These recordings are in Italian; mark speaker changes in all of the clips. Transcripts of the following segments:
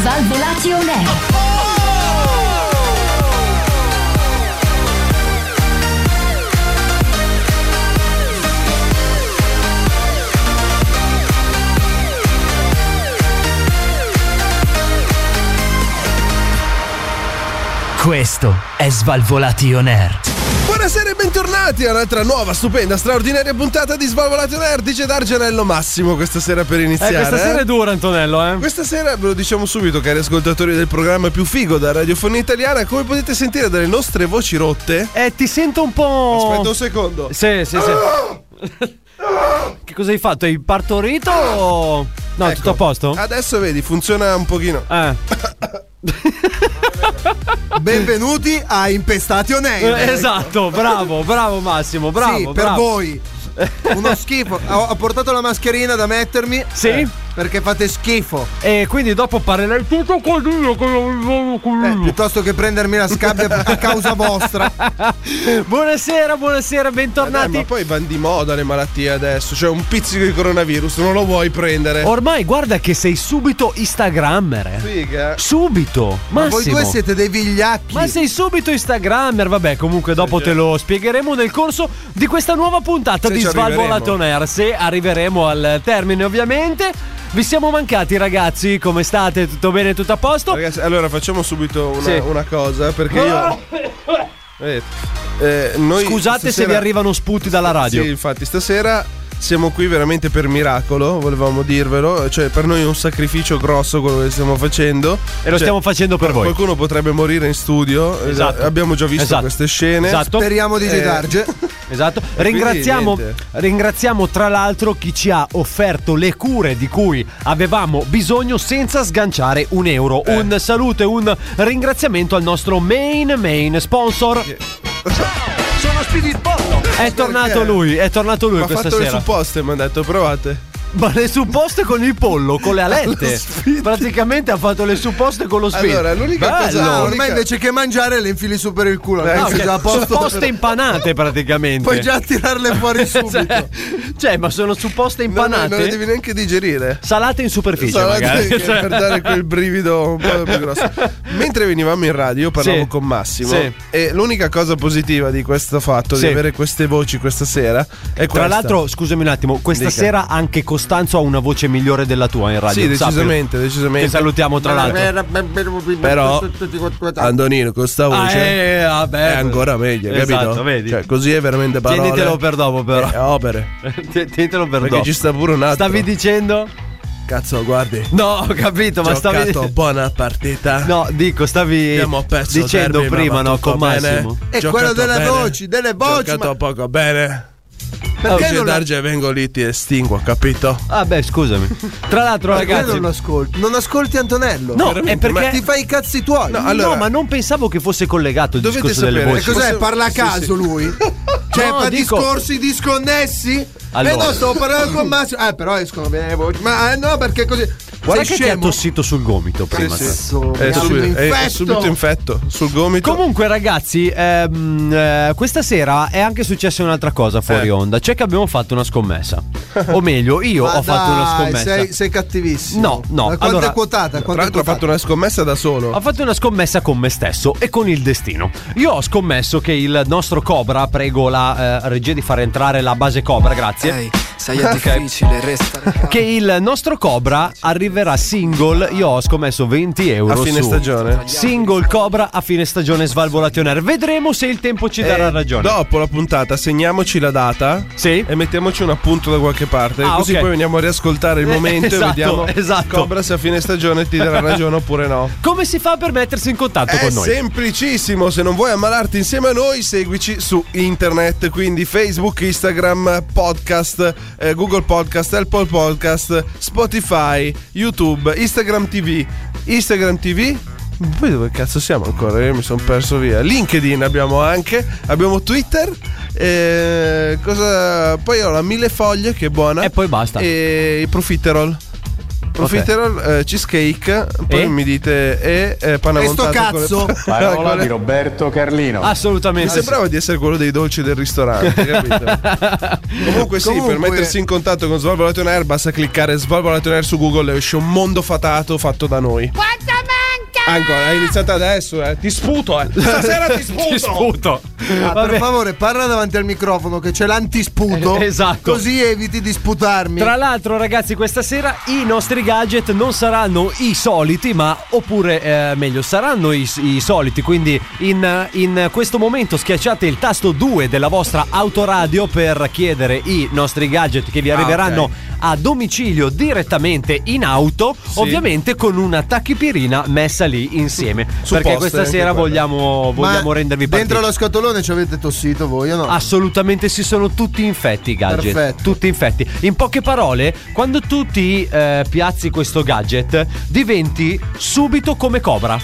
Speaker 1: Svalvolati on air.
Speaker 2: Questo è Svalvolati On Air.
Speaker 3: Buonasera e bentornati a un'altra nuova, stupenda, straordinaria puntata di Svalvolati on Air. Dice D'Argenello Massimo questa sera per iniziare.
Speaker 4: Eh, questa sera è dura, Antonello, eh.
Speaker 3: Questa sera ve lo diciamo subito, cari ascoltatori del programma più figo della radiofonia italiana, come potete sentire dalle nostre voci rotte.
Speaker 4: Eh, ti sento un po'.
Speaker 3: Aspetta un secondo.
Speaker 4: Sì, sì, sì. che cosa hai fatto? Hai partorito o. No,
Speaker 3: Ecco.
Speaker 4: tutto a posto?
Speaker 3: Adesso vedi, funziona un pochino.
Speaker 4: Eh.
Speaker 5: Benvenuti a Impestati on Air.
Speaker 4: Eh, Esatto, bravo, bravo Massimo, bravo.
Speaker 5: sì, per
Speaker 4: bravo.
Speaker 5: voi. Uno schifo. Ho, ho portato la mascherina da mettermi.
Speaker 4: Sì.
Speaker 5: eh, perché fate schifo.
Speaker 4: E quindi dopo parlerai tutto così, così,
Speaker 5: Eh,
Speaker 4: così.
Speaker 5: piuttosto che prendermi la scabbia a causa vostra.
Speaker 4: Buonasera, buonasera,
Speaker 3: Eh, dai,
Speaker 4: bentornati.
Speaker 3: ma poi van di moda le malattie adesso. Cioè, un pizzico di coronavirus, non lo vuoi prendere.
Speaker 4: Ormai guarda che sei subito Instagrammer. eh.
Speaker 3: Figa.
Speaker 4: Subito. Massimo.
Speaker 5: Voi due siete dei vigliacchi.
Speaker 4: Ma sei subito Instagrammer, vabbè, comunque dopo te lo spiegheremo nel corso di questa nuova puntata
Speaker 3: certo. Se
Speaker 4: di
Speaker 3: ci
Speaker 4: Svalvolato on Air, se arriveremo al termine ovviamente. Vi siamo mancati ragazzi, come state? Tutto bene, tutto a posto?
Speaker 3: Ragazzi, allora facciamo subito una,
Speaker 4: Sì.
Speaker 3: una cosa perché io. Eh, eh, noi
Speaker 4: Ah! Scusate se
Speaker 3: stasera-
Speaker 4: vi arrivano sputi dalla radio.
Speaker 3: Sì, infatti, stasera siamo qui veramente per miracolo, volevamo dirvelo. Cioè, per noi è un sacrificio grosso quello che stiamo facendo. Cioè,
Speaker 4: E lo stiamo facendo per voi.
Speaker 3: Qualcuno potrebbe morire in studio. eh,
Speaker 4: Esatto.
Speaker 3: Abbiamo già visto
Speaker 4: Esatto.
Speaker 3: queste scene.
Speaker 4: Esatto.
Speaker 5: Speriamo di
Speaker 3: Eh.
Speaker 5: Gedarge.
Speaker 4: Esatto.
Speaker 3: quindi
Speaker 4: Ringraziamo,
Speaker 3: niente.
Speaker 4: ringraziamo tra l'altro chi ci ha offerto le cure di cui avevamo bisogno senza sganciare un euro.
Speaker 3: Eh.
Speaker 4: Un saluto e un ringraziamento al nostro main main sponsor.
Speaker 5: Sono Speedy Botto.
Speaker 4: È tornato lui, è tornato lui
Speaker 3: Ma ha
Speaker 4: questa
Speaker 3: fatto le
Speaker 4: sera.
Speaker 3: supposte, mi ha detto, provate.
Speaker 4: Ma le supposte con il pollo, con le alette. Praticamente ha fatto le supposte con lo spin.
Speaker 3: Allora, l'unica cosa-
Speaker 4: Bello.
Speaker 5: Ah,
Speaker 3: L'unica- Eh,
Speaker 5: ormai invece che mangiare le infili su per il culo.
Speaker 4: Ah,
Speaker 5: ragazzi,
Speaker 4: ok,
Speaker 5: già a posto.
Speaker 4: supposte impanate praticamente.
Speaker 5: Puoi già tirarle fuori subito.
Speaker 4: cioè, cioè, ma sono supposte
Speaker 3: No, no, non le
Speaker 4: impanate.
Speaker 3: devi neanche digerire.
Speaker 4: Salate in superficie,
Speaker 3: Salate
Speaker 4: magari.
Speaker 3: che-
Speaker 4: Cioè-
Speaker 3: per dare quel brivido un po' più grosso. Mentre venivamo in radio, io parlavo
Speaker 4: Sì.
Speaker 3: con Massimo.
Speaker 4: Sì.
Speaker 3: E l'unica cosa positiva di questo fatto,
Speaker 4: Sì.
Speaker 3: di avere queste voci questa sera, è
Speaker 4: Tra
Speaker 3: questa.
Speaker 4: l'altro, scusami un attimo, questa
Speaker 3: Dica.
Speaker 4: sera anche Costanzo ha una voce migliore della tua in radio.
Speaker 3: Sì,
Speaker 4: sappilo.
Speaker 3: decisamente, decisamente.
Speaker 4: Che salutiamo tra l'altro.
Speaker 3: Però, Antonino, con sta
Speaker 4: Ah,
Speaker 3: voce
Speaker 4: eh, vabbè.
Speaker 3: è ancora meglio,
Speaker 4: Esatto,
Speaker 3: capito?
Speaker 4: vedi.
Speaker 3: Cioè, così è veramente parole.
Speaker 4: Tienitelo per dopo, però.
Speaker 3: Eh, opere.
Speaker 4: Tienitelo per
Speaker 3: Perché
Speaker 4: dopo.
Speaker 3: ci sta pure un altro.
Speaker 4: Stavi dicendo?
Speaker 3: Cazzo, guardi.
Speaker 4: No, ho capito, ma
Speaker 3: Ma
Speaker 4: stavi
Speaker 3: giocato buona partita.
Speaker 4: No, dico, stavi
Speaker 3: Abbiamo perso
Speaker 4: dicendo
Speaker 3: derby,
Speaker 4: prima,
Speaker 3: ma va
Speaker 4: no,
Speaker 3: tutto
Speaker 4: con
Speaker 3: bene.
Speaker 4: Massimo.
Speaker 5: E
Speaker 3: Giocato
Speaker 5: Eh, quello delle
Speaker 3: bene.
Speaker 5: voci, delle voci.
Speaker 3: Giocato
Speaker 5: Ma
Speaker 3: poco bene.
Speaker 5: perché
Speaker 3: Io
Speaker 5: non,
Speaker 3: e
Speaker 5: la-
Speaker 3: Darge vengo lì ti estingo, capito?
Speaker 4: Ah, beh, scusami. Tra l'altro,
Speaker 5: perché
Speaker 4: ragazzi,
Speaker 5: non lo ascolti? Non ascolti Antonello.
Speaker 4: no, è
Speaker 3: veramente,
Speaker 4: Eh, perché
Speaker 5: Ti fai i cazzi tuoi.
Speaker 3: No, allora-
Speaker 4: No, ma non pensavo che fosse collegato il
Speaker 3: Dovete
Speaker 4: discorso delle
Speaker 3: sapere-
Speaker 4: voci.
Speaker 3: Eh,
Speaker 5: Cos'è?
Speaker 3: Forse-
Speaker 5: Parla a
Speaker 3: sì,
Speaker 5: caso
Speaker 3: sì.
Speaker 5: lui? Cioè,
Speaker 4: No,
Speaker 5: fa
Speaker 4: dico-
Speaker 5: discorsi disconnessi?
Speaker 4: Allora.
Speaker 5: Eh no, stavo parlando con Massimo. Eh, però escono bene le voci. Ma eh, no, perché così.
Speaker 4: Guarda
Speaker 5: Sei
Speaker 4: che ti ha
Speaker 5: scemo?
Speaker 4: tossito sul gomito prima.
Speaker 3: sì.
Speaker 4: te.
Speaker 5: Cazzo,
Speaker 3: Eh,
Speaker 5: mi ha
Speaker 3: subito, eh,
Speaker 5: infetto.
Speaker 3: subito infetto sul gomito.
Speaker 4: Comunque, ragazzi, ehm, eh, questa sera è anche successa un'altra cosa fuori
Speaker 3: Eh.
Speaker 4: onda. C'è che abbiamo fatto una scommessa. o meglio, io
Speaker 5: Ma
Speaker 4: ho fatto una
Speaker 5: dai,
Speaker 4: scommessa.
Speaker 5: Sei, sei cattivissimo.
Speaker 4: No, no,
Speaker 5: Ma quanto
Speaker 4: allora-
Speaker 5: è quotata?
Speaker 3: Tra
Speaker 5: Quanto
Speaker 3: l'altro
Speaker 5: è
Speaker 3: ha
Speaker 5: quotata?
Speaker 3: fatto una scommessa da solo.
Speaker 4: Ho fatto una scommessa con me stesso e con il destino. Io ho scommesso che il nostro Cobra, prego la eh, regia di far entrare la base Cobra, grazie.
Speaker 6: Sai, è difficile restare calmo.
Speaker 4: che il nostro Cobra arriverà single. Io ho scommesso 20 euro.
Speaker 3: A fine
Speaker 4: su.
Speaker 3: stagione?
Speaker 4: Single Cobra a fine stagione svalvolationer. Vedremo se il tempo ci darà
Speaker 3: Eh,
Speaker 4: ragione.
Speaker 3: Dopo la puntata, segniamoci la data
Speaker 4: Sì.
Speaker 3: e mettiamoci un appunto da qualche parte.
Speaker 4: Ah,
Speaker 3: così
Speaker 4: ok.
Speaker 3: poi veniamo a riascoltare il
Speaker 4: Eh,
Speaker 3: momento
Speaker 4: esatto,
Speaker 3: e vediamo
Speaker 4: esatto.
Speaker 3: Cobra se a fine stagione ti darà ragione oppure no.
Speaker 4: Come si fa per mettersi in contatto
Speaker 3: È
Speaker 4: con noi?
Speaker 3: semplicissimo, se non vuoi ammalarti insieme a noi, seguici su internet, quindi Facebook, Instagram, podcast, eh, Google Podcast, Apple Podcast, Spotify, YouTube, Instagram TV, Instagram TV. Poi dove cazzo siamo ancora? Io mi sono perso via. LinkedIn abbiamo anche, abbiamo Twitter. eh, cosa- Poi ho la mille foglie che è buona.
Speaker 4: E poi basta.
Speaker 3: E i profiterol. Profiterol, eh, cheesecake, poi
Speaker 4: E?
Speaker 3: mi dite e eh, panna
Speaker 5: E sto
Speaker 3: montata con le-
Speaker 5: cazzo?
Speaker 3: con le-
Speaker 7: Roberto Carlino.
Speaker 3: Mi
Speaker 4: Assolutamente.
Speaker 3: sembrava di essere quello dei dolci del ristorante, capito? Comunque sì,
Speaker 5: Comunque-
Speaker 3: per mettersi in contatto con Svalvolato on Air basta cliccare Svalvolato on Air su Google e esce un mondo fatato fatto da noi.
Speaker 1: Quanto manca?
Speaker 3: Ancora, è iniziata adesso, eh. Ti sputo, eh. Stasera ti sputo.
Speaker 4: Ti sputo.
Speaker 5: Ah,
Speaker 4: Vabbè.
Speaker 5: per favore, parla davanti al microfono che c'è l'antisputo.
Speaker 4: Eh, esatto.
Speaker 5: Così eviti di sputarmi.
Speaker 4: Tra l'altro, ragazzi, questa sera i nostri gadget non saranno i soliti, ma oppure eh, meglio, saranno i, i soliti. Quindi, in, in questo momento schiacciate il tasto 2 della vostra autoradio per chiedere i nostri gadget che vi arriveranno
Speaker 3: Ah, ok.
Speaker 4: a domicilio direttamente in auto, ovviamente con una tachipirina messa lì insieme.
Speaker 3: Su
Speaker 4: perché
Speaker 3: poster,
Speaker 4: questa
Speaker 3: anche
Speaker 4: sera
Speaker 3: quella.
Speaker 4: vogliamo,
Speaker 5: Ma
Speaker 4: vogliamo rendervi
Speaker 5: Dentro
Speaker 4: partecipi.
Speaker 5: lo scatolone ci avete tossito voi o no?
Speaker 4: Assolutamente sì, sono tutti infetti i gadget.
Speaker 5: Perfetto.
Speaker 4: Tutti infetti. In poche parole, quando tu ti eh, piazzi questo gadget, diventi subito come Cobra.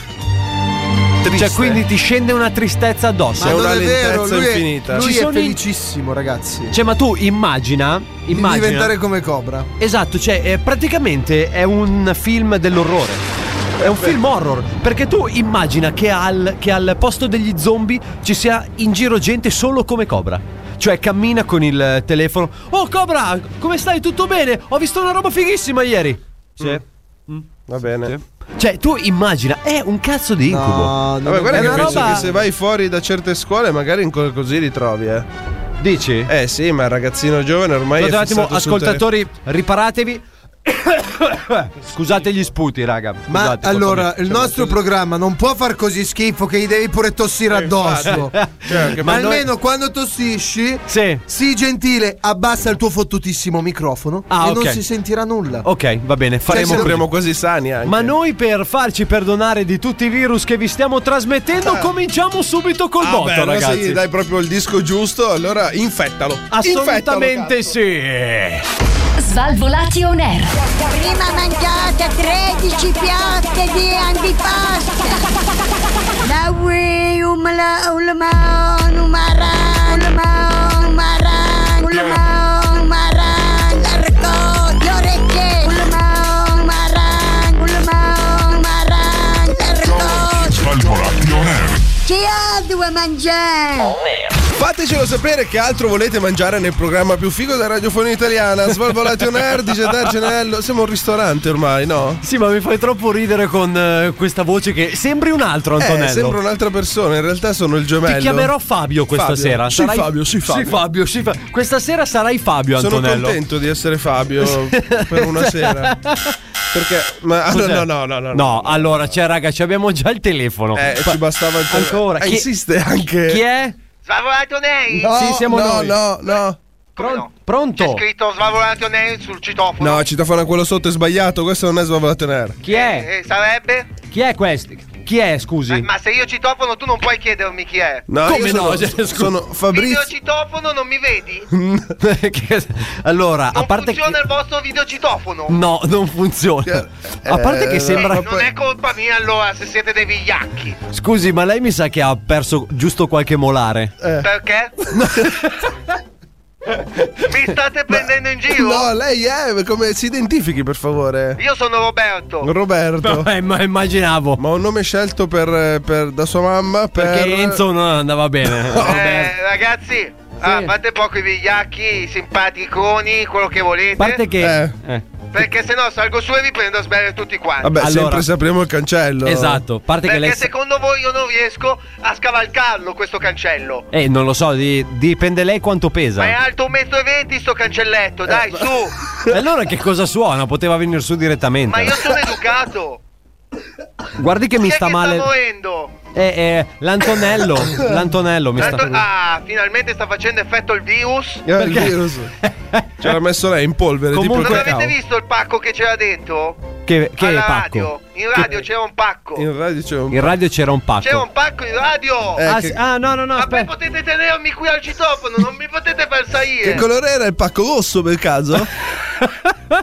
Speaker 4: Cioè, quindi ti scende una tristezza addosso.
Speaker 5: Ma
Speaker 3: una
Speaker 5: non è vero,
Speaker 3: lentezza
Speaker 5: lui è,
Speaker 3: infinita.
Speaker 5: lui
Speaker 4: Ci
Speaker 5: è
Speaker 4: sono i-
Speaker 5: felicissimo, ragazzi.
Speaker 4: Cioè, ma tu immagina.
Speaker 5: Di
Speaker 4: immagina
Speaker 5: diventare come Cobra.
Speaker 4: Esatto, cioè eh, praticamente è un film dell'orrore. È un film horror, perché tu immagina che al, che al posto degli zombie ci sia in giro gente solo come Cobra. Cioè cammina con il telefono. Oh Cobra, come stai? Tutto bene? Ho visto una roba fighissima ieri. Mm. Sì.
Speaker 3: Va bene.
Speaker 4: Cioè tu immagina, è un cazzo di incubo.
Speaker 5: No,
Speaker 3: Vabbè, guarda
Speaker 4: Ah, È
Speaker 3: che
Speaker 4: una
Speaker 3: penso
Speaker 4: roba-
Speaker 3: che se vai fuori da certe scuole magari ancora così li trovi, eh.
Speaker 4: Dici?
Speaker 3: Eh sì, ma il ragazzino giovane ormai
Speaker 4: Scusate
Speaker 3: è
Speaker 4: un attimo,
Speaker 3: fissato sul telefono.
Speaker 4: ascoltatori, riparatevi. Scusate gli sputi, raga.
Speaker 5: Ma
Speaker 4: Scusate,
Speaker 5: allora,
Speaker 4: colpa
Speaker 5: il nostro programma non può far così schifo che gli devi pure tossire addosso.
Speaker 3: Cioè, che
Speaker 5: Ma
Speaker 3: ma noi-
Speaker 5: almeno quando tossisci,
Speaker 4: mia. Sì.
Speaker 5: sii gentile, abbassa il tuo fottutissimo microfono
Speaker 4: Ah,
Speaker 5: e
Speaker 4: ok.
Speaker 5: non si sentirà nulla.
Speaker 4: Ok, va bene,
Speaker 3: Cioè,
Speaker 4: faremo così.
Speaker 3: sembriamo quasi sani eh, anche.
Speaker 4: Ma noi per farci perdonare di tutti i virus che vi stiamo trasmettendo, cominciamo subito col
Speaker 3: Ah,
Speaker 4: botto,
Speaker 3: beh, allora
Speaker 4: ragazzi.
Speaker 3: sì, dai proprio il disco giusto, allora infettalo.
Speaker 4: Assolutamente
Speaker 3: Infettalo,
Speaker 4: sì.
Speaker 1: Svalvolati on air.
Speaker 8: Prima mangiate 13 piatte di antipasto. um, Da qui un mala un limone, un maran, un limone, un maran, un limone, un maran, l'arco, le orecchie, Um, un limone, un maran, un limone, un maran, l'arco. Chi ha due mangiare?
Speaker 3: cazzo. Fatecelo sapere che altro volete mangiare nel programma più figo della radiofonia italiana. Svalvolati on air, dice Dargenello. Siamo un ristorante ormai, no?
Speaker 4: Sì, ma mi fai troppo ridere con eh, questa voce che sembri un altro, Antonello.
Speaker 3: Eh, sembra un'altra persona, in realtà sono il gemello.
Speaker 4: Ti chiamerò Fabio questa
Speaker 3: Fabio.
Speaker 4: sera.
Speaker 3: Sì, Fabio, sì, Fabio.
Speaker 4: Sì, Fabio, sì, Fa- Questa sera sarai Fabio,
Speaker 3: Sono
Speaker 4: Antonello.
Speaker 3: contento di essere Fabio per una sera. Perché ma ah, no,
Speaker 4: Cos'è?
Speaker 3: no, no, no, no.
Speaker 4: No, allora, cioè, raga, ci abbiamo già il telefono.
Speaker 3: Eh,
Speaker 4: Fa-
Speaker 3: ci bastava il telefono.
Speaker 4: Ancora.
Speaker 3: Eh,
Speaker 4: Chi-
Speaker 3: insiste anche.
Speaker 4: Chi è?
Speaker 9: Svalvolato Neri!
Speaker 3: No,
Speaker 4: Sì, siamo
Speaker 3: no,
Speaker 4: noi.
Speaker 3: No, no.
Speaker 4: Pron-
Speaker 9: no?
Speaker 4: Pronto?
Speaker 9: scritto Svalvolato Neri sul citofono.
Speaker 3: No, citofono quello sotto è sbagliato, questo non è svalvolato in air.
Speaker 4: Chi è?
Speaker 9: Eh, sarebbe?
Speaker 4: Chi è questo? Chi è, scusi?
Speaker 9: Ma se io citofono tu non puoi chiedermi chi è.
Speaker 3: No,
Speaker 4: Come
Speaker 3: io
Speaker 4: no?
Speaker 3: sono,
Speaker 4: Cioè, scusa.
Speaker 3: sono Fabrizio.
Speaker 9: Videocitofono non mi vedi?
Speaker 4: Che- allora, a
Speaker 9: Non
Speaker 4: parte che...
Speaker 9: funziona il vostro videocitofono.
Speaker 4: No, non funziona. A parte che
Speaker 3: Cioè, Eh,
Speaker 4: sembra...
Speaker 3: ma
Speaker 9: Non è colpa mia allora se siete dei vigliacchi.
Speaker 4: Scusi, ma lei mi sa che ha perso giusto qualche molare.
Speaker 9: Perché? mi state prendendo in giro?
Speaker 3: No, lei è come si identifichi per favore?
Speaker 9: Io sono Roberto.
Speaker 3: Roberto.
Speaker 4: Eh, ma immaginavo.
Speaker 3: Ma un nome scelto per, per- da sua mamma per
Speaker 4: Perché Enzo non andava bene. Vabbè.
Speaker 9: Eh, ragazzi, ah, fate poco i vigliacchi, i simpaticoni, quello che volete.
Speaker 4: A parte che...
Speaker 3: Eh.
Speaker 4: eh.
Speaker 7: Perché se no salgo su e vi prendo a sbagliare tutti quanti.
Speaker 3: Vabbè, sempre sapremo il cancello.
Speaker 4: Esatto, a parte
Speaker 7: Perché
Speaker 4: che lei.
Speaker 7: secondo voi io non riesco a scavalcarlo questo cancello?
Speaker 4: Eh, non lo so, di- dipende lei quanto
Speaker 7: Ma è
Speaker 4: pesa.
Speaker 7: alto un metro e venti sto cancelletto, dai,
Speaker 4: Eh.
Speaker 7: su!
Speaker 4: E allora che cosa suona? Poteva venire su
Speaker 7: Ma
Speaker 4: direttamente.
Speaker 7: io sono educato!
Speaker 4: Guardi che mi sta male.
Speaker 7: Sto morendo!
Speaker 4: Eh, eh, l'Antonello. L'Antonello mi sta.
Speaker 7: Tanto- ah, finalmente sta facendo effetto il virus.
Speaker 3: Eh, il virus. C'era messo lei in polvere,
Speaker 7: non
Speaker 3: tipo il
Speaker 7: avete
Speaker 3: cacao.
Speaker 7: visto il pacco che c'era dentro?
Speaker 4: Che, che
Speaker 7: Alla
Speaker 4: pacco?
Speaker 7: radio. In radio c'era un pacco.
Speaker 3: In radio c'era un
Speaker 4: In radio c'era un pacco.
Speaker 7: C'era un pacco in radio.
Speaker 4: Eh, Ah, che- sì- ah, no, no, no,
Speaker 7: Ma poi potete tenermi qui al citofono, non mi potete far salire.
Speaker 3: Che colore era il pacco rosso per caso?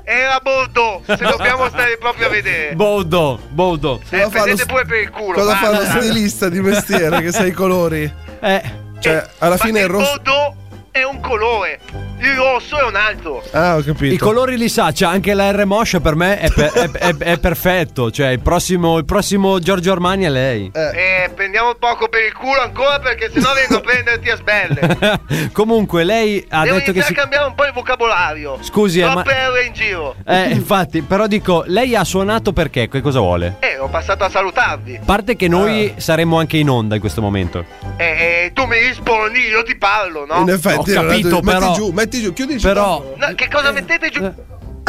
Speaker 7: Era bordo, se dobbiamo stare proprio a
Speaker 9: Eh.
Speaker 7: vedere.
Speaker 4: Boldo, Boldo.
Speaker 7: Eh, prendete pure per il culo.
Speaker 3: Cosa fa lo
Speaker 7: basta.
Speaker 3: stilista di mestiere che sa i colori?
Speaker 4: Eh.
Speaker 3: Cioè, alla fine
Speaker 7: Ma
Speaker 3: il rosso.
Speaker 7: bordo è un colore, il rosso è un altro.
Speaker 3: Ah, ho capito.
Speaker 4: I colori li sa, c'è anche la R Moscia per me è, per- è- è- è perfetto. Cioè, il prossimo, il prossimo Giorgio Armani è lei.
Speaker 7: Eh, prendiamo poco per il culo ancora perché sennò vengo a prenderti a sbelle.
Speaker 4: Comunque, lei ha
Speaker 7: Devo
Speaker 4: detto
Speaker 7: iniziare
Speaker 4: che
Speaker 7: a
Speaker 4: si.
Speaker 7: cambiare un po' il vocabolario.
Speaker 4: Scusi, eh, ma-
Speaker 7: Troppe R in giro.
Speaker 4: Eh, infatti, però dico, lei ha suonato perché? Che cosa vuole?
Speaker 7: Eh, ho passato a salutarvi.
Speaker 4: A parte che
Speaker 7: Ah.
Speaker 4: noi saremmo anche in onda in questo momento.
Speaker 7: Eh, eh, tu mi rispondi, io ti parlo, no?
Speaker 4: In effetti, Ho era capito, tu- metti però- Eh. giù,
Speaker 3: metti giù, chiudi
Speaker 4: Però.
Speaker 7: No, che cosa mettete giù?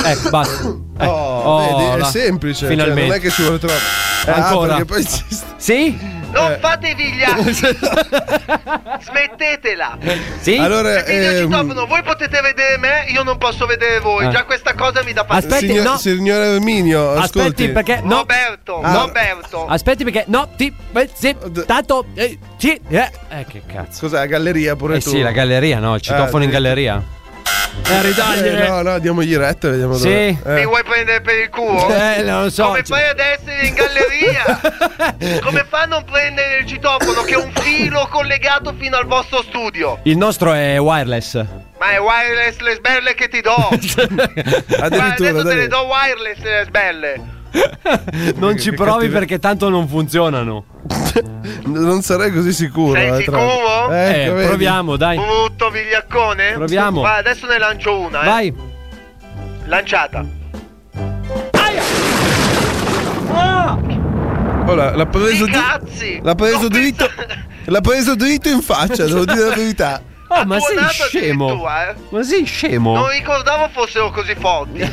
Speaker 4: Ecco, basta. Eh,
Speaker 3: Oh, vedi, è
Speaker 4: la-
Speaker 3: semplice. cioè,
Speaker 4: Finalmente.
Speaker 3: non è che ci vuole troppo. Eh, ah,
Speaker 4: Ancora.
Speaker 3: perché poi ci-
Speaker 4: Sì?
Speaker 5: Eh.
Speaker 7: Non fatevi gli altri. Smettetela.
Speaker 4: Esatto. Sì?
Speaker 3: Allora,
Speaker 7: Perché io
Speaker 3: ehm,
Speaker 7: citofono, voi potete vedere me, io non posso vedere voi.
Speaker 3: Ah.
Speaker 7: Già questa cosa mi dà fastidio.
Speaker 4: Eh. Aspetti,
Speaker 3: signor,
Speaker 4: no.
Speaker 3: signore Erminio,
Speaker 4: Aspetti,
Speaker 3: ascolti.
Speaker 4: perché. No.
Speaker 7: Roberto,
Speaker 4: Ah.
Speaker 7: Roberto.
Speaker 4: Aspetti, perché. No, ti. eh, Sì, tanto. Eh, sì, eh. eh, che cazzo.
Speaker 3: Cos'è la galleria pure
Speaker 4: Eh
Speaker 3: tu?
Speaker 4: sì, la galleria, no? Il citofono
Speaker 3: Eh,
Speaker 4: in galleria. Eh, ridagliene.
Speaker 3: Eh, no, no, diamogli retta, vediamo
Speaker 4: Sì.
Speaker 3: dove. Eh,
Speaker 7: Mi vuoi prendere per il culo?
Speaker 4: Eh, non lo so,
Speaker 7: Come
Speaker 4: cioè-
Speaker 7: fai ad essere in galleria? Come fa a non prendere il citofono che è un filo collegato fino al vostro studio?
Speaker 4: Il nostro è wireless. Cioè,
Speaker 7: Ma è wireless le sbelle che ti do. Guarda,
Speaker 4: Addirittura,
Speaker 7: adesso te
Speaker 4: dai.
Speaker 7: le do wireless le sbelle.
Speaker 4: Non ci
Speaker 3: che
Speaker 4: provi
Speaker 3: cattive-
Speaker 4: perché tanto non funzionano.
Speaker 3: Non sarei così sicuro.
Speaker 7: Sei
Speaker 3: eh, tra-
Speaker 7: sicuro?
Speaker 4: Eh,
Speaker 3: Ecco, vedi.
Speaker 4: proviamo, dai.
Speaker 7: Brutto vigliaccone?
Speaker 4: Proviamo.
Speaker 7: Guarda, adesso ne lancio una, eh.
Speaker 4: Vai.
Speaker 7: Lanciata.
Speaker 4: Ah!
Speaker 3: Oh, l'ha- l'ha preso
Speaker 7: Di
Speaker 3: di-
Speaker 7: cazzi.
Speaker 3: L'ha preso
Speaker 7: Non
Speaker 3: dritto. L'ha preso dritto in faccia, devo dire la verità.
Speaker 4: Oh, ma sei
Speaker 7: tuonato
Speaker 4: scemo.
Speaker 7: addirittura, eh.
Speaker 4: Ma sei scemo. Esatto.
Speaker 7: Non ricordavo fossero così forti.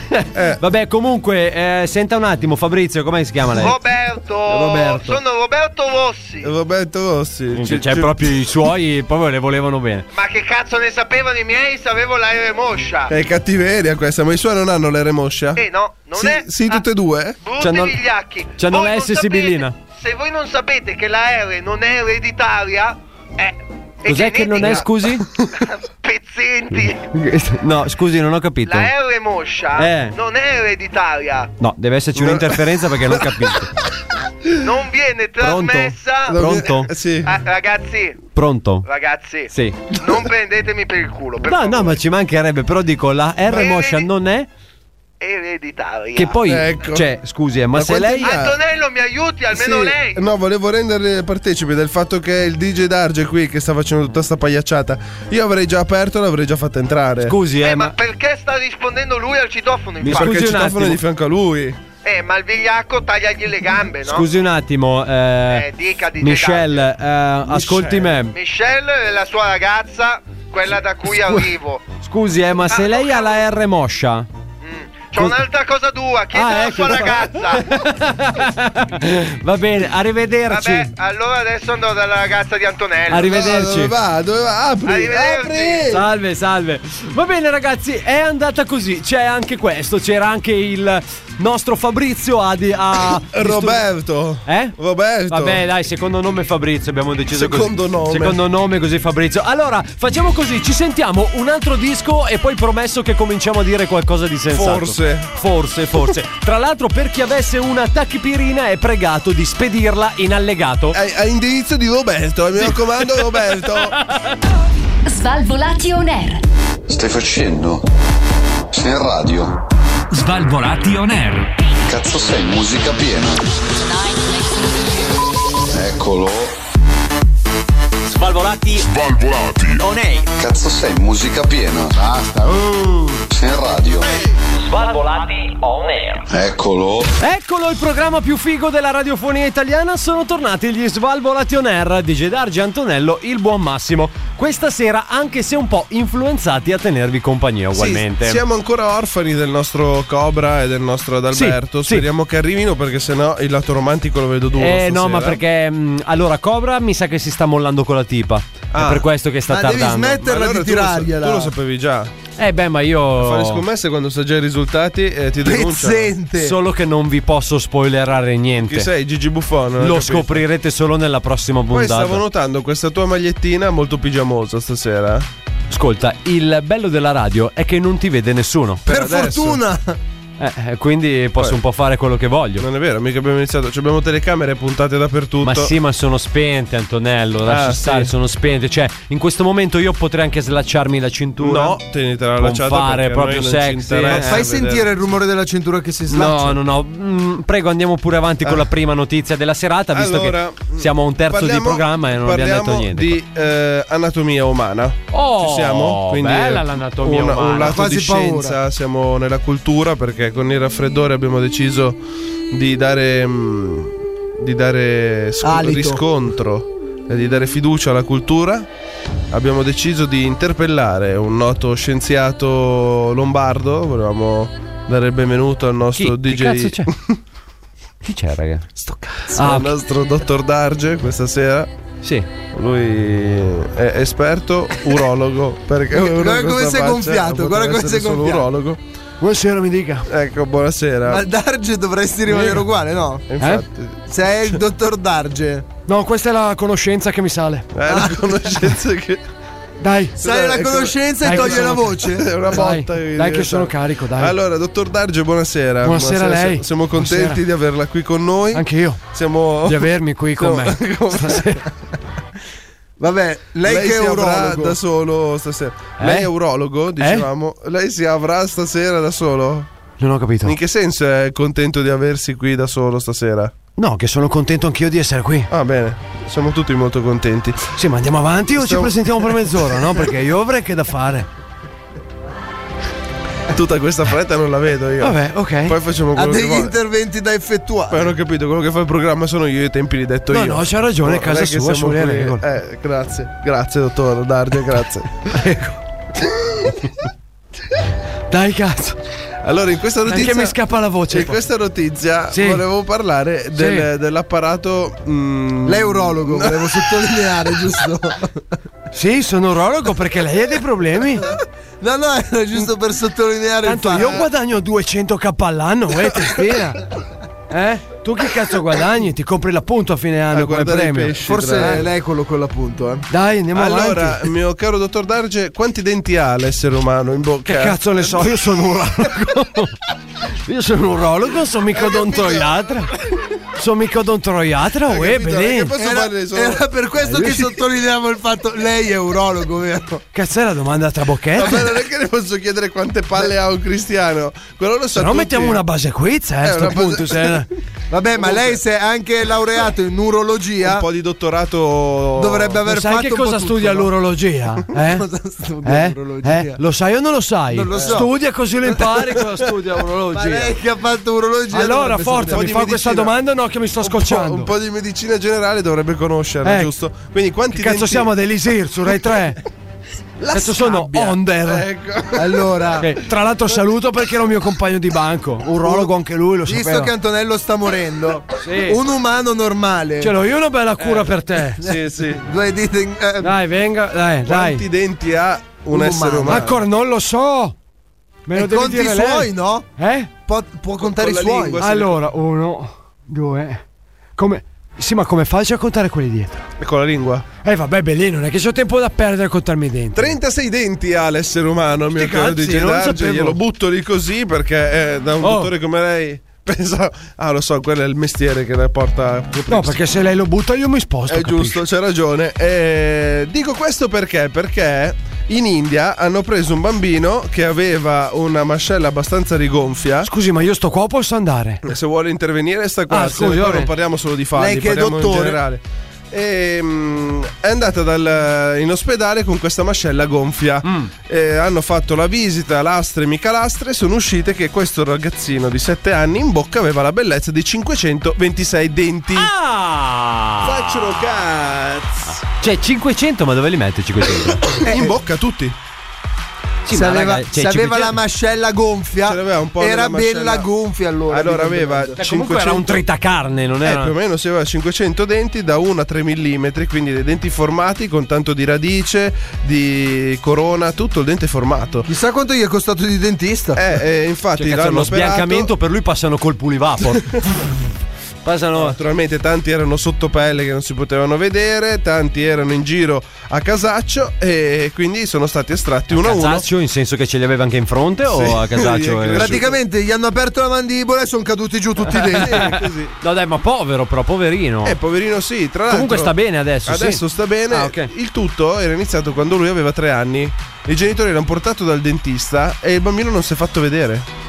Speaker 4: Vabbè, comunque, eh, senta un attimo, Fabrizio, come si chiama lei?
Speaker 7: Roberto,
Speaker 4: Roberto.
Speaker 7: sono Roberto Rossi.
Speaker 3: Roberto Rossi.
Speaker 4: Minchia, Cioè, proprio i suoi, proprio le volevano bene.
Speaker 7: Ma che cazzo ne sapevano i miei? Sapevo l'aereo moscia.
Speaker 3: È Eh, cattiveria questa, ma i suoi non hanno le remoscia?
Speaker 7: Ah. Eh no, non
Speaker 3: sì,
Speaker 7: è.
Speaker 3: sì, tutte e due?
Speaker 7: Brutti
Speaker 4: C'hanno-
Speaker 7: vigliacchi.
Speaker 4: c'hanno
Speaker 7: Voi
Speaker 4: la
Speaker 7: non
Speaker 4: S sibillina.
Speaker 7: sapete- Se voi non sapete che la R non è ereditaria, eh, è.
Speaker 4: Cos'è che non è,
Speaker 7: genetica.
Speaker 4: scusi?
Speaker 7: Pezzenti.
Speaker 4: No, scusi, non ho capito.
Speaker 7: La R moscia
Speaker 4: Eh.
Speaker 7: non è ereditaria.
Speaker 4: No, deve esserci un'interferenza perché non capisco.
Speaker 7: Non viene trasmessa.
Speaker 4: Pronto?
Speaker 3: Eh, sì.
Speaker 7: Ah, ragazzi,
Speaker 4: Pronto?
Speaker 7: ragazzi,
Speaker 4: Sì.
Speaker 7: non prendetemi per il culo. Per
Speaker 4: No,
Speaker 7: favore.
Speaker 4: no, ma ci mancherebbe, però dico, la R
Speaker 7: Ma-
Speaker 4: Moscia non è.
Speaker 7: Ereditaria.
Speaker 4: Che poi.
Speaker 3: Ecco.
Speaker 4: Cioè, scusi, eh, ma,
Speaker 3: Ma
Speaker 4: se
Speaker 3: quanti
Speaker 4: lei.
Speaker 3: anni
Speaker 7: Antonello mi aiuti, almeno
Speaker 3: Sì,
Speaker 7: lei.
Speaker 3: No, volevo rendere partecipi del fatto che il DJ Darge qui che sta facendo tutta sta pagliacciata. Io avrei già aperto e l'avrei già fatta entrare.
Speaker 4: Scusi, eh,
Speaker 7: Eh, ma
Speaker 4: ma.
Speaker 7: perché sta rispondendo lui al citofono?
Speaker 4: Mi
Speaker 7: infatti?
Speaker 3: perché
Speaker 4: scusi
Speaker 3: il
Speaker 4: un
Speaker 3: citofono
Speaker 4: attimo.
Speaker 3: è di fianco a lui.
Speaker 7: Eh, ma il vigliacco tagliagli le gambe, no?
Speaker 4: Scusi un attimo, eh,
Speaker 7: Eh, dica di
Speaker 4: Michelle, eh, ascolti me.
Speaker 7: Michelle e la sua ragazza, quella da cui arrivo.
Speaker 4: Scusi, eh, ma
Speaker 3: Ah,
Speaker 4: se lei ha la R Moscia.
Speaker 7: C'ho un'altra cosa dura, chiedere
Speaker 4: Ah,
Speaker 7: alla sua
Speaker 4: ecco.
Speaker 7: ragazza.
Speaker 4: Va bene, arrivederci.
Speaker 7: Vabbè, allora adesso andrò dalla ragazza di Antonello.
Speaker 3: Ah, dove
Speaker 4: Arrivederci.
Speaker 3: va? Dove va? Apri,
Speaker 7: Arrivederci.
Speaker 3: apri.
Speaker 4: Salve, salve. Va bene, ragazzi, è andata così. C'è anche questo. C'era anche il nostro Fabrizio a. di- a
Speaker 3: Roberto.
Speaker 4: Eh?
Speaker 3: Roberto.
Speaker 4: Vabbè, dai, secondo nome Fabrizio, abbiamo deciso
Speaker 3: Secondo
Speaker 4: così.
Speaker 3: nome.
Speaker 4: Secondo nome così Fabrizio. Allora, facciamo così, ci sentiamo un altro disco e poi promesso che cominciamo a dire qualcosa di sensato.
Speaker 3: Forse.
Speaker 4: Forse, forse. Tra l'altro, per chi avesse una tachipirina è pregato di spedirla in allegato.
Speaker 3: A, a indirizzo di Roberto, mi raccomando Roberto.
Speaker 1: Svalvolati on air.
Speaker 10: Stai facendo? Sei in radio?
Speaker 2: Svalvolati on air.
Speaker 10: Cazzo sei, musica piena. Eccolo.
Speaker 9: Svalvolati
Speaker 10: Svalvolati.
Speaker 9: on air.
Speaker 3: Uh.
Speaker 10: Cazzo sei, musica piena. Basta. Sei in radio?
Speaker 9: Svalvolati on air.
Speaker 10: Eccolo.
Speaker 4: Eccolo il programma più figo della radiofonia italiana. Sono tornati gli Svalvolati on air di Gedargi Antonello, il buon Massimo. Questa sera, anche se un po' influenzati a tenervi compagnia ugualmente.
Speaker 3: Sì, siamo ancora orfani del nostro Cobra e del nostro Adalberto.
Speaker 4: Sì,
Speaker 3: Speriamo che arrivino perché sennò il lato romantico lo vedo duro.
Speaker 4: Eh no,
Speaker 3: stasera.
Speaker 4: ma perché mh, allora Cobra mi sa che si sta mollando con la tipa. È per questo che sta tardando.
Speaker 3: Ah. Ma allora tu lo sa- Tu lo sapevi già.
Speaker 4: Eh beh, ma io
Speaker 3: Fare scommesse quando sa già i risultati eh, ti denunciano.
Speaker 4: Solo che non vi posso spoilerare niente.
Speaker 3: Chi sei? Gigi Buffon? non
Speaker 4: Lo
Speaker 3: hai capito?
Speaker 4: scoprirete solo nella prossima
Speaker 3: Poi
Speaker 4: puntata.
Speaker 3: stavo notando questa tua magliettina molto pigiamosa stasera.
Speaker 4: Ascolta, il bello della radio è che non ti vede nessuno.
Speaker 3: Per adesso. fortuna!
Speaker 4: Eh, eh, quindi posso
Speaker 3: Poi.
Speaker 4: un po' fare quello che voglio.
Speaker 3: Non è vero, mica abbiamo iniziato. Ci abbiamo telecamere puntate dappertutto.
Speaker 4: Ma sì, ma sono spente, Antonello. Lasci
Speaker 3: Ah,
Speaker 4: stare,
Speaker 3: sì.
Speaker 4: sono spente. Cioè, in questo momento io potrei anche slacciarmi la cintura.
Speaker 3: No, tenetela
Speaker 4: Non
Speaker 3: allacciata
Speaker 4: fare
Speaker 3: certo, perché
Speaker 4: proprio
Speaker 3: a noi non ci
Speaker 4: sexy.
Speaker 3: interessa
Speaker 4: Eh,
Speaker 5: Fai
Speaker 4: vedere.
Speaker 5: sentire il rumore della cintura che si slaccia.
Speaker 4: No, no, no. Mm, prego, andiamo pure avanti
Speaker 11: Ah.
Speaker 4: con la prima notizia della serata, visto
Speaker 3: Allora,
Speaker 11: mm,
Speaker 4: che siamo a un terzo di
Speaker 3: parliamo-
Speaker 4: programma e non abbiamo detto
Speaker 3: parliamo
Speaker 4: niente.
Speaker 3: di eh, anatomia umana.
Speaker 4: Oh,
Speaker 3: Ci siamo? Quindi
Speaker 4: bella
Speaker 3: eh,
Speaker 4: l'anatomia
Speaker 3: un,
Speaker 4: umana.
Speaker 3: Un lato
Speaker 4: Quasi
Speaker 3: di
Speaker 4: paura.
Speaker 3: scienza, siamo nella cultura perché con il raffreddore abbiamo deciso di dare, mm, di dare sc-
Speaker 12: Alito.
Speaker 3: riscontro. e Di dare fiducia alla cultura, abbiamo deciso di interpellare un noto scienziato lombardo. Volevamo dare il benvenuto al nostro
Speaker 4: Chi? Che
Speaker 3: DJ.
Speaker 4: cazzo c'è? Chi c'è, raga?
Speaker 3: Sto cazzo. Ah, il
Speaker 4: ok.
Speaker 3: nostro dottor Darge questa sera.
Speaker 4: Sì.
Speaker 3: Lui è esperto urologo. Perché
Speaker 5: Guarda come sei gonfiato, guarda come sei gonfiato.
Speaker 3: Urologo.
Speaker 4: Buonasera, mi dica.
Speaker 3: Ecco, buonasera.
Speaker 5: Al Darge dovresti rimanere
Speaker 3: Eh.
Speaker 5: uguale, no?
Speaker 3: Infatti.
Speaker 5: Sei il dottor Darge. Ah.
Speaker 11: No, questa è la conoscenza che mi sale.
Speaker 3: È Eh, la conoscenza che. Ecco.
Speaker 11: Dai. ecco,
Speaker 5: Sai la conoscenza e
Speaker 11: Dai che
Speaker 5: toglie
Speaker 11: sono-
Speaker 5: la voce.
Speaker 3: È una
Speaker 11: Dai,
Speaker 3: botta.
Speaker 11: dai
Speaker 3: diventa.
Speaker 11: che sono carico, dai.
Speaker 3: Allora, dottor Darge, buonasera.
Speaker 11: Buonasera a lei.
Speaker 3: si- Siamo contenti
Speaker 11: Buonasera.
Speaker 3: di averla qui con noi. Oh.
Speaker 11: Anche io.
Speaker 3: Siamo...
Speaker 11: Di avermi qui con
Speaker 3: Siamo-
Speaker 11: me.
Speaker 3: con-
Speaker 5: Vabbè, lei, che è
Speaker 3: si avrà
Speaker 5: urologo.
Speaker 3: da solo stasera.
Speaker 11: Eh?
Speaker 3: Lei è urologo, dicevamo. Lei si avrà stasera da solo?
Speaker 11: Non ho capito.
Speaker 3: In che senso è contento di aversi qui da solo stasera?
Speaker 11: No, che sono contento anch'io di essere qui.
Speaker 3: Ah, bene, siamo tutti molto contenti.
Speaker 11: Sì, ma andiamo avanti o ci
Speaker 3: Stiamo-
Speaker 11: presentiamo per mezz'ora, no? Perché io avrei che da fare.
Speaker 3: Tutta questa fretta non la vedo io.
Speaker 11: Vabbè, ok.
Speaker 3: Poi facciamo
Speaker 5: Ha
Speaker 3: quello che
Speaker 5: degli
Speaker 3: vuole.
Speaker 5: interventi da effettuare.
Speaker 3: Poi non ho capito, quello che fa il programma sono io e i tempi li detto
Speaker 11: No,
Speaker 3: io.
Speaker 11: no, c'ha ragione,
Speaker 3: Non è
Speaker 11: casa
Speaker 3: che
Speaker 11: sua,
Speaker 3: siamo
Speaker 11: sulle
Speaker 3: quelli-
Speaker 11: regole.
Speaker 3: Eh, grazie, grazie dottor Dardia, grazie.
Speaker 11: Ecco. Dai, cazzo.
Speaker 3: Allora, in questa notizia...
Speaker 11: Perché mi scappa la voce.
Speaker 3: In
Speaker 11: poi.
Speaker 3: questa notizia
Speaker 11: Sì.
Speaker 3: volevo parlare del- dell'apparato... mm,
Speaker 5: Lei è urologo, volevo sottolineare, giusto?
Speaker 11: Sì, sono urologo perché lei ha dei problemi.
Speaker 5: No, no, era giusto per sottolineare
Speaker 11: Tanto
Speaker 5: il fatto.
Speaker 11: io guadagno 200k all'anno, eh, testina. Eh? Tu che cazzo guadagni? Ti compri l'appunto a fine anno come
Speaker 3: guardare i
Speaker 11: premio.
Speaker 3: pesci, tra
Speaker 5: Forse
Speaker 3: l'altro.
Speaker 5: lei è quello con l'appunto, eh.
Speaker 11: Dai, andiamo
Speaker 3: Allora,
Speaker 11: avanti.
Speaker 3: mio caro dottor Darge, quanti denti ha l'essere umano in bocca?
Speaker 11: Che cazzo ne so, io sono un urologo. io sono un urologo, sono
Speaker 5: Eh,
Speaker 11: micodontroiatra. Sono micodontroiatra, uè,
Speaker 3: capito? Perché
Speaker 11: bene.
Speaker 3: posso fare solo-
Speaker 5: Era per questo che sottolineiamo il fatto lei è urologo, vero?
Speaker 11: Cazzo è la domanda
Speaker 3: Vabbè,
Speaker 11: trabocchetta?
Speaker 3: non è che ne posso chiedere quante palle ha un cristiano. Quello lo so.
Speaker 11: Però mettiamo una base quiz, eh, a sto
Speaker 3: una base-
Speaker 11: punto. se-
Speaker 5: Vabbè, ma lei se è anche laureato in urologia
Speaker 3: Un po' di dottorato.
Speaker 5: dovrebbe aver
Speaker 11: Sai
Speaker 5: fatto
Speaker 11: che
Speaker 5: un po'
Speaker 11: cosa
Speaker 5: tutto,
Speaker 11: studia
Speaker 5: no?
Speaker 11: l'urologia? Eh?
Speaker 5: Cosa studia
Speaker 11: Eh?
Speaker 5: urologia?
Speaker 11: Eh? Lo sai o non lo sai?
Speaker 5: Non lo so.
Speaker 11: Studia così lo impari cosa studia
Speaker 5: Ma
Speaker 11: urologia.
Speaker 5: lei che ha fatto urologia
Speaker 11: Allora,
Speaker 5: dovrebbe
Speaker 11: forza,
Speaker 5: sapere.
Speaker 11: mi fa questa domanda no che mi sto scocciando.
Speaker 3: Un po' di medicina generale dovrebbe conoscerlo,
Speaker 11: Ecco.
Speaker 3: giusto? Quindi quanti
Speaker 11: Che cazzo
Speaker 3: denti-
Speaker 11: siamo ad Elisir su Rai 3? Cazzo sono Onder.
Speaker 3: Ecco.
Speaker 5: Allora,
Speaker 11: Che, Eh, tra l'altro saluto perché era un mio compagno di banco, urologo anche lui, lo
Speaker 5: visto
Speaker 11: sapeva.
Speaker 5: che Antonello sta morendo,
Speaker 11: Sì.
Speaker 5: un umano normale,
Speaker 11: Ce l'ho io una bella
Speaker 5: Eh.
Speaker 11: cura per te.
Speaker 3: Sì, sì.
Speaker 5: due dita in- eh,
Speaker 11: Dai, venga, dai,
Speaker 3: Quanti
Speaker 11: dai.
Speaker 3: denti ha un,
Speaker 5: Un
Speaker 3: essere
Speaker 5: umano.
Speaker 3: umano?
Speaker 11: Ancora non lo so. Me lo
Speaker 5: e
Speaker 11: devi
Speaker 5: conti i
Speaker 11: dire
Speaker 5: suoi,
Speaker 11: lei.
Speaker 5: no?
Speaker 11: Eh?
Speaker 5: Può, può contare i
Speaker 3: la
Speaker 5: suoi.
Speaker 3: lingua. Questo-
Speaker 11: Allora, uno, due. Come Sì, ma come faccio a contare quelli dietro?
Speaker 3: E con la lingua.
Speaker 11: Eh vabbè, bellino, non è che c'ho tempo da perdere a contarmi i denti.
Speaker 3: 36 denti ha l'essere umano, mio
Speaker 11: Sti
Speaker 3: caro
Speaker 11: cazzi,
Speaker 3: DJ
Speaker 11: non
Speaker 3: Darge.
Speaker 11: sapevo.
Speaker 3: Glielo butto lì così perché eh, da un
Speaker 11: Oh.
Speaker 3: dottore come lei. Pensa, ah, lo so, quello è il mestiere che la porta.
Speaker 11: No, perché se lei lo butta io mi sposto.
Speaker 3: È
Speaker 11: capisci?
Speaker 3: giusto, c'è ragione. Eh, dico questo perché? Perché in India hanno preso un bambino che aveva una mascella abbastanza rigonfia.
Speaker 11: Scusi, ma io sto qua o posso andare?
Speaker 3: Se vuole intervenire, sta qua.
Speaker 11: Ah,
Speaker 3: Se
Speaker 11: scusi,
Speaker 3: no,
Speaker 11: vabbè.
Speaker 3: non parliamo solo di falli,
Speaker 5: Lei che è
Speaker 3: parliamo in
Speaker 5: dottore.
Speaker 3: generale. e mm, è andata dal- eh, in ospedale con questa mascella gonfia. Eh, hanno fatto la visita, lastre, mica lastre, sono uscite che questo ragazzino di 7 anni in bocca aveva la bellezza di 526 denti.
Speaker 4: Ah!
Speaker 3: Faccio lo cazzo!
Speaker 4: Cioè 500, ma dove li mette 500?
Speaker 3: in bocca a tutti.
Speaker 4: Sì,
Speaker 5: se
Speaker 4: ma
Speaker 5: aveva,
Speaker 4: raga, cioè,
Speaker 5: se aveva
Speaker 4: 500
Speaker 5: la mascella gonfia,
Speaker 3: po'
Speaker 5: era
Speaker 3: della mascella-
Speaker 5: bella gonfia allora.
Speaker 3: Allora
Speaker 5: di
Speaker 3: aveva
Speaker 5: conseguenza.
Speaker 3: 500
Speaker 4: tritacarne, non
Speaker 3: Eh, più o meno si aveva 500 denti da 1 a 3 mm, quindi dei denti formati con tanto di radice, di corona, tutto il dente formato.
Speaker 5: Chissà quanto gli è costato di dentista.
Speaker 3: Eh, eh, infatti
Speaker 4: Cioè, cazzo,
Speaker 3: l'hanno
Speaker 4: lo
Speaker 3: operato.
Speaker 4: sbiancamento per lui passano col pulivapor. Passano.
Speaker 3: Naturalmente tanti erano sotto pelle che non si potevano vedere, tanti erano in giro a casaccio e quindi sono stati estratti uno a uno.
Speaker 4: Casaccio cioè, in senso che ce li aveva anche in fronte
Speaker 3: Sì.
Speaker 4: o a casaccio?
Speaker 3: Gli è
Speaker 4: eh?
Speaker 5: Praticamente gli hanno aperto la mandibola e sono caduti giù tutti i denti.
Speaker 4: No dai, ma povero però, poverino.
Speaker 3: Eh, poverino sì, tra l'altro.
Speaker 4: Comunque sta bene adesso, sì.
Speaker 3: Adesso sta bene.
Speaker 4: Ah, ok.
Speaker 3: Il tutto era iniziato quando lui aveva tre anni. I genitori l'hanno portato dal dentista e il bambino non si è fatto vedere.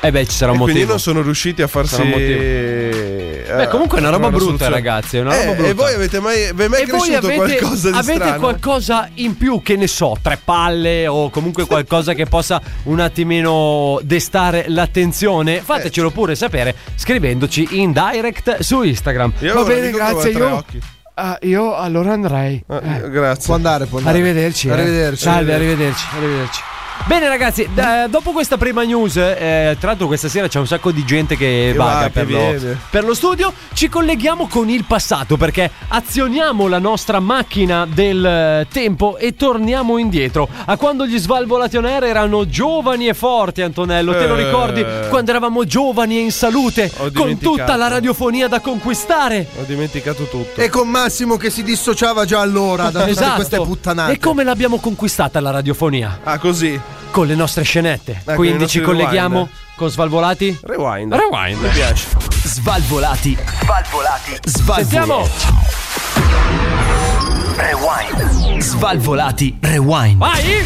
Speaker 4: Eh beh, ci sarà un
Speaker 3: e
Speaker 4: motivo.
Speaker 3: Quindi non sono riusciti a farsi. eh,
Speaker 4: Sarà un motivo.
Speaker 3: Beh,
Speaker 4: Beh, comunque è una roba brutta, ragazzi, è una roba brutta.
Speaker 3: Eh, E voi avete mai, vi è mai
Speaker 4: e voi
Speaker 3: cresciuto
Speaker 4: avete,
Speaker 3: qualcosa di
Speaker 4: avete
Speaker 3: strano?
Speaker 4: qualcosa in più che ne so, tre palle o comunque qualcosa che possa un attimino destare l'attenzione? Fatecelo pure sapere scrivendoci in direct su Instagram.
Speaker 3: Io
Speaker 11: Va
Speaker 3: ve lo
Speaker 11: bene,
Speaker 3: dico che avevo
Speaker 11: grazie,
Speaker 3: tre
Speaker 11: io-
Speaker 3: occhi.
Speaker 11: Ah, io allora andrei.
Speaker 3: Eh, Grazie.
Speaker 5: Può andare, può andare.
Speaker 11: Arrivederci. eh.
Speaker 5: Arrivederci.
Speaker 11: Salve, arrivederci. Arrivederci.
Speaker 4: Bene ragazzi, d- dopo questa prima news, eh, tra l'altro questa sera c'è un sacco di gente che,
Speaker 3: Che
Speaker 4: vaga
Speaker 3: va, che
Speaker 4: per, lo,
Speaker 3: viene.
Speaker 4: per lo studio, ci colleghiamo con il passato perché azioniamo la nostra macchina del eh, tempo e torniamo indietro a quando gli Svalvolati on Air erano giovani e forti Antonello, te lo
Speaker 3: Eh.
Speaker 4: ricordi? Quando eravamo giovani e in salute,
Speaker 3: Ho
Speaker 4: con
Speaker 3: dimenticato.
Speaker 4: tutta la radiofonia da conquistare.
Speaker 3: Ho dimenticato tutto.
Speaker 5: E con Massimo che si dissociava già allora da tutte queste puttanate.
Speaker 4: Esatto. E come l'abbiamo conquistata la radiofonia?
Speaker 3: Ah, così.
Speaker 4: Con le nostre scenette.
Speaker 5: Ecco,
Speaker 3: con Ecco, i
Speaker 4: Quindi
Speaker 3: nostri
Speaker 4: ci colleghiamo
Speaker 3: rewind.
Speaker 4: con Svalvolati?
Speaker 3: Rewind.
Speaker 4: Rewind.
Speaker 3: Mi piace.
Speaker 2: Svalvolati. Svalvolati.
Speaker 4: Sentiamo.
Speaker 2: Svalvolati. Rewind. Svalvolati. Rewind.
Speaker 4: Vai!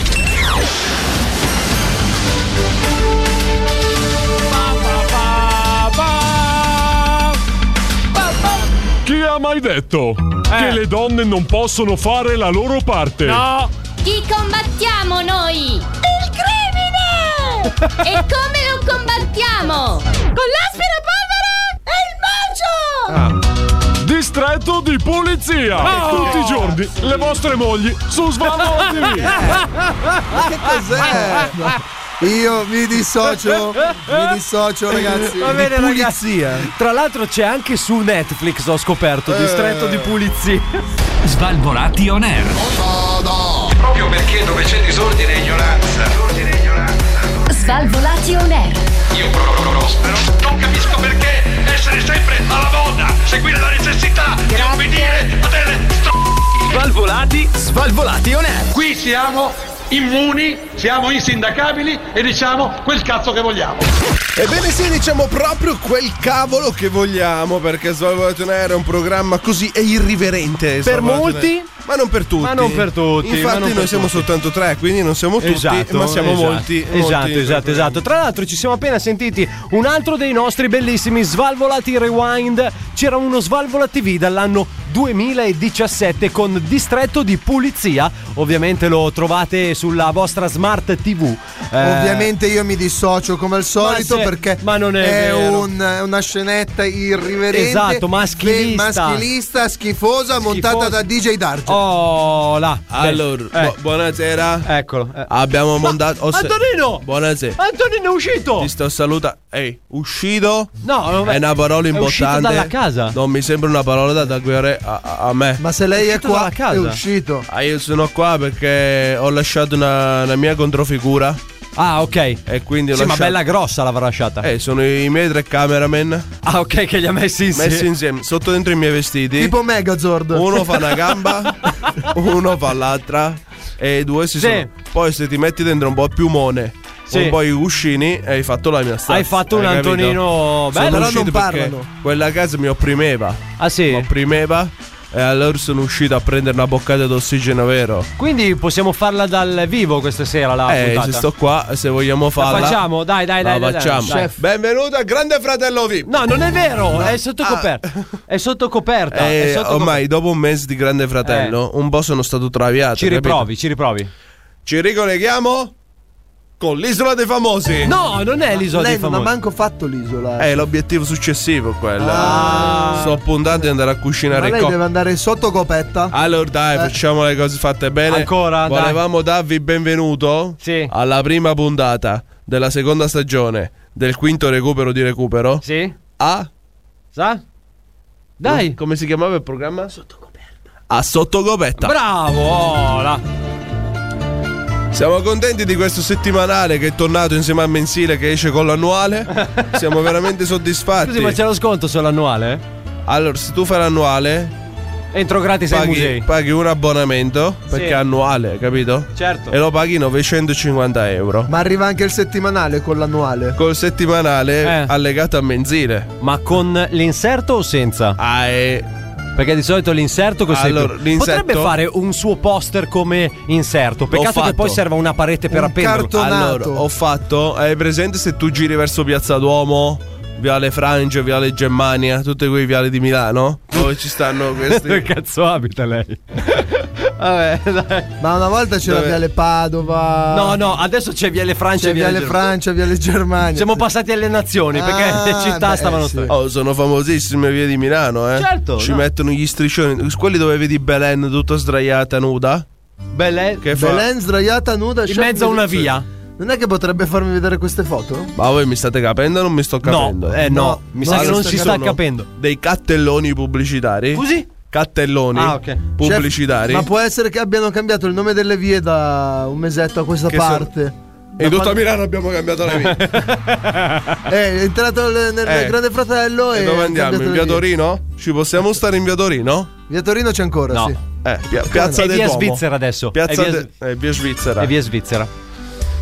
Speaker 12: Chi ha mai detto
Speaker 3: Eh.
Speaker 12: che le donne non possono fare la loro parte?
Speaker 1: Chi combattiamo noi? Il crimine! e come lo combattiamo? Con l'aspirapolvere e il bacio!
Speaker 12: Ah. Distretto di polizia!
Speaker 1: Oh!
Speaker 12: Tutti i giorni le vostre mogli su Svalvolati
Speaker 3: Eh.
Speaker 5: Ma che cos'è? Eh. Io mi dissocio, mi dissocio ragazzi.
Speaker 4: Va bene,
Speaker 5: Di
Speaker 4: ragazzi.
Speaker 5: pulizia.
Speaker 4: Tra l'altro c'è anche su Netflix, ho scoperto, distretto
Speaker 5: Eh.
Speaker 4: di pulizia.
Speaker 2: Svalvolati on air.
Speaker 13: Proprio perché dove c'è disordine e ignoranza, disordine e ignoranza.
Speaker 1: Svalvolati on air.
Speaker 13: Io pro- pro- prospero. Non capisco perché essere sempre alla moda, seguire la necessità di obbedire a delle
Speaker 2: Svalvolati. Svalvolati on air.
Speaker 13: Qui siamo immuni, siamo insindacabili e diciamo quel cazzo che vogliamo.
Speaker 3: Ebbene sì, diciamo proprio quel cavolo che vogliamo, perché Svalvolato on Air è un programma così è irriverente. Svalvolato on Air.
Speaker 4: molti,
Speaker 3: ma non per tutti.
Speaker 4: ma non per tutti, ma
Speaker 3: Infatti
Speaker 4: non per
Speaker 3: noi siamo
Speaker 4: tutti.
Speaker 3: soltanto tre, quindi non siamo tutti,
Speaker 4: Esatto,
Speaker 3: ma siamo
Speaker 4: esatto,
Speaker 3: molti.
Speaker 4: Esatto,
Speaker 3: molti
Speaker 4: esatto, esatto. Tra l'altro ci siamo appena sentiti un altro dei nostri bellissimi Svalvolati Rewind. C'era uno Svalvola TV dall'anno 2017 con distretto di pulizia. Ovviamente lo trovate sulla vostra smart TV. Eh,
Speaker 5: Ovviamente io mi dissocio come al solito
Speaker 4: se-
Speaker 5: perché
Speaker 4: ma non è vero.
Speaker 5: un- una scenetta irriverente.
Speaker 4: Esatto, maschilista.
Speaker 5: fe- maschilista, schifosa, montata da DJ Darge.
Speaker 4: Oh là.
Speaker 14: Allora,
Speaker 4: Beh, eh,
Speaker 14: bu- buonasera.
Speaker 4: Eccolo. eh.
Speaker 14: Abbiamo
Speaker 4: Ma-
Speaker 14: montato. ho se-
Speaker 4: Antonino!
Speaker 14: Buonasera.
Speaker 4: Antonino è uscito!
Speaker 14: Ti sto salutando. Ehi, uscito?
Speaker 4: No, vabbè.
Speaker 14: È una parola
Speaker 4: È uscito
Speaker 14: importante.
Speaker 4: dalla casa.
Speaker 14: Non mi sembra una parola da tatuare a, a- a me.
Speaker 5: Ma se lei è,
Speaker 4: uscito
Speaker 5: qua,
Speaker 4: dalla casa.
Speaker 5: è uscito.
Speaker 14: Ah, io sono qua perché ho lasciato una, una mia controfigura.
Speaker 4: Ah, ok.
Speaker 14: E quindi ho
Speaker 4: Sì, ma
Speaker 14: lasciato.
Speaker 4: bella grossa l'avrà lasciata.
Speaker 14: Eh, sono i miei tre cameraman.
Speaker 4: Ah, ok, che li ha messi insieme.
Speaker 14: Messi insieme, sotto dentro i miei vestiti.
Speaker 5: Tipo Megazord.
Speaker 14: Uno fa una gamba, uno fa l'altra e i due si
Speaker 4: Sì.
Speaker 14: sono. Poi se ti metti dentro un po' il piumone,
Speaker 4: Sì.
Speaker 14: un po' i cuscini, hai fatto la mia stanza.
Speaker 4: Hai fatto un
Speaker 14: capito? Sono
Speaker 4: Antonino bello.
Speaker 14: uscito perché Quella casa mi opprimeva.
Speaker 4: Ah, sì.
Speaker 14: Mi opprimeva.
Speaker 3: e allora sono uscito a prendere una boccata d'ossigeno vero.
Speaker 4: Quindi possiamo farla dal vivo questa sera la
Speaker 3: eh,
Speaker 4: puntata.
Speaker 3: se sto qua, se vogliamo farla.
Speaker 4: La facciamo, dai, dai,
Speaker 3: la
Speaker 4: dai, dai, dai.
Speaker 3: facciamo.
Speaker 4: Chef.
Speaker 3: Benvenuto a Grande Fratello VIP. Ah.
Speaker 4: No, non è vero, è sotto coperta. È sotto coperta.
Speaker 3: Eh,
Speaker 4: è sotto Eh.
Speaker 3: ormai dopo un mese di Grande Fratello, un po' sono stato traviato.
Speaker 4: Ci
Speaker 3: capito?
Speaker 4: riprovi, ci riprovi.
Speaker 3: Ci ricolleghiamo con l'Isola dei Famosi.
Speaker 4: No, non è l'isola
Speaker 15: Lei
Speaker 4: dei
Speaker 15: non ha
Speaker 4: famosi.
Speaker 15: manco fatto l'isola. eh.
Speaker 3: È l'obiettivo successivo quello.
Speaker 4: Ah.
Speaker 3: Sto puntando di andare a
Speaker 15: Ma
Speaker 3: cucinare
Speaker 15: lei
Speaker 3: il co- Ah.
Speaker 15: deve andare sotto copetta.
Speaker 3: Allora
Speaker 4: Eh.
Speaker 3: dai, facciamo le cose fatte bene.
Speaker 15: Ancora, dai.
Speaker 3: Volevamo darvi il benvenuto alla prima puntata della seconda stagione del quinto recupero di recupero.
Speaker 4: Sì.
Speaker 3: A
Speaker 4: Sa? Dai.
Speaker 3: ah. Come si chiamava il programma? A sottocopetta.
Speaker 4: Bravo, Ola.
Speaker 3: Siamo contenti di questo settimanale che è tornato insieme al mensile che esce con l'annuale. Siamo veramente soddisfatti.
Speaker 4: Scusi, ma c'è lo sconto sull'annuale?
Speaker 3: Allora, se tu fai l'annuale,
Speaker 4: Entro gratis ai
Speaker 3: paghi,
Speaker 4: musei.
Speaker 3: paghi un abbonamento perché è annuale, capito?
Speaker 4: Certo.
Speaker 3: E lo paghi 950 euro.
Speaker 15: Ma arriva anche il settimanale con l'annuale.
Speaker 3: Col settimanale allegato a mensile.
Speaker 4: Eh. Ma con l'inserto o senza?
Speaker 3: Ah, eh.
Speaker 4: Perché di solito l'inserto cos'è?
Speaker 3: Allora, l'inserto-
Speaker 4: Potrebbe fare un suo poster come inserto. Peccato che
Speaker 3: fatto.
Speaker 4: poi serva una parete per appendere.
Speaker 3: Allora, ho fatto. Hai presente se tu giri verso Piazza Duomo, Viale Frange, Viale Germania, tutti quei viali di Milano?
Speaker 4: Oh,
Speaker 3: Dove ci stanno
Speaker 4: Dove
Speaker 3: questi?
Speaker 4: cazzo abita lei? Vabbè, dai.
Speaker 15: Ma una volta c'era
Speaker 4: Dove-
Speaker 15: Viale Padova.
Speaker 4: No, no, adesso c'è Viale Francia
Speaker 15: C'è
Speaker 4: e Viale
Speaker 15: Viale
Speaker 4: Germania.
Speaker 15: Francia, Viale Germania.
Speaker 4: Siamo passati alle nazioni
Speaker 15: Ah,
Speaker 4: perché le città
Speaker 15: beh,
Speaker 4: stavano
Speaker 15: sì.
Speaker 4: sotto.
Speaker 3: Oh, sono famosissime vie di Milano, eh.
Speaker 4: Certo,
Speaker 3: Ci
Speaker 4: no.
Speaker 3: mettono gli striscioni, quelli dove vedi Belen tutta sdraiata nuda.
Speaker 4: Belen,
Speaker 3: che fa?
Speaker 15: Belen sdraiata nuda.
Speaker 4: In
Speaker 15: chef,
Speaker 4: mezzo a
Speaker 15: mi
Speaker 4: una
Speaker 15: dice-
Speaker 4: via.
Speaker 15: Non è che potrebbe farmi vedere queste foto?
Speaker 3: Ma voi mi state capendo o non mi sto capendo? Ah,
Speaker 4: eh, no. Mi sa che non si sta
Speaker 3: sono
Speaker 4: capendo.
Speaker 3: Dei cattelloni pubblicitari.
Speaker 4: Scusi?
Speaker 3: Cattelloni
Speaker 4: Ah, ok.
Speaker 3: pubblicitari.
Speaker 15: Ma può essere che abbiano cambiato il nome delle vie da un mesetto a questa
Speaker 3: Che sono-
Speaker 15: parte.
Speaker 3: e tutto a Milano abbiamo cambiato la vita.
Speaker 15: Eh, è entrato nel, nel
Speaker 3: Eh.
Speaker 15: Grande Fratello e.
Speaker 3: E dove andiamo? In via Torino? Ci possiamo stare in via Torino?
Speaker 15: Via Torino c'è ancora,
Speaker 4: No.
Speaker 15: sì.
Speaker 3: Eh, via- piazza
Speaker 4: È
Speaker 3: del
Speaker 4: via
Speaker 3: Duomo.
Speaker 4: Svizzera adesso.
Speaker 3: Piazza
Speaker 4: È via-
Speaker 3: de- eh, via Svizzera.
Speaker 4: E via Svizzera.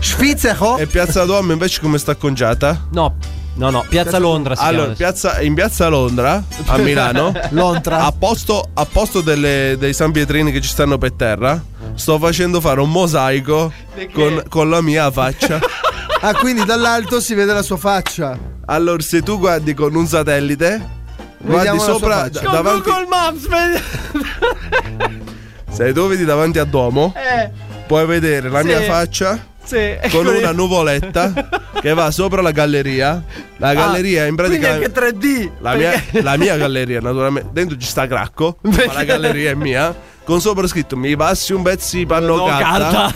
Speaker 15: Svizzera?
Speaker 3: E piazza Duomo invece come sta congiata?
Speaker 4: No, no, no, Piazza Londra si
Speaker 3: Allora,
Speaker 4: chiama.
Speaker 3: piazza- in piazza Londra, a Milano,
Speaker 15: Londra.
Speaker 3: a posto, a posto delle- dei San Pietrini che ci stanno per terra, sto facendo fare un mosaico con, con la mia faccia.
Speaker 15: Ah, quindi dall'alto si vede la sua faccia.
Speaker 3: allora, se tu guardi con un satellite, guardi
Speaker 15: Vediamo la sua
Speaker 3: sopra,
Speaker 15: faccia.
Speaker 3: da- davanti,
Speaker 4: Maps,
Speaker 3: se tu vedi davanti a Duomo,
Speaker 4: eh,
Speaker 3: puoi vedere la
Speaker 4: Sì.
Speaker 3: mia faccia.
Speaker 4: sì.
Speaker 3: con una nuvoletta che va sopra la galleria. La galleria in pratica.
Speaker 4: Ah, Quindi anche 3D.
Speaker 3: la, mia, la mia galleria, naturalmente. Dentro ci sta Cracco, ma la galleria è mia. Con sopra scritto mi passi un pezzo di panno
Speaker 4: No,
Speaker 3: carta.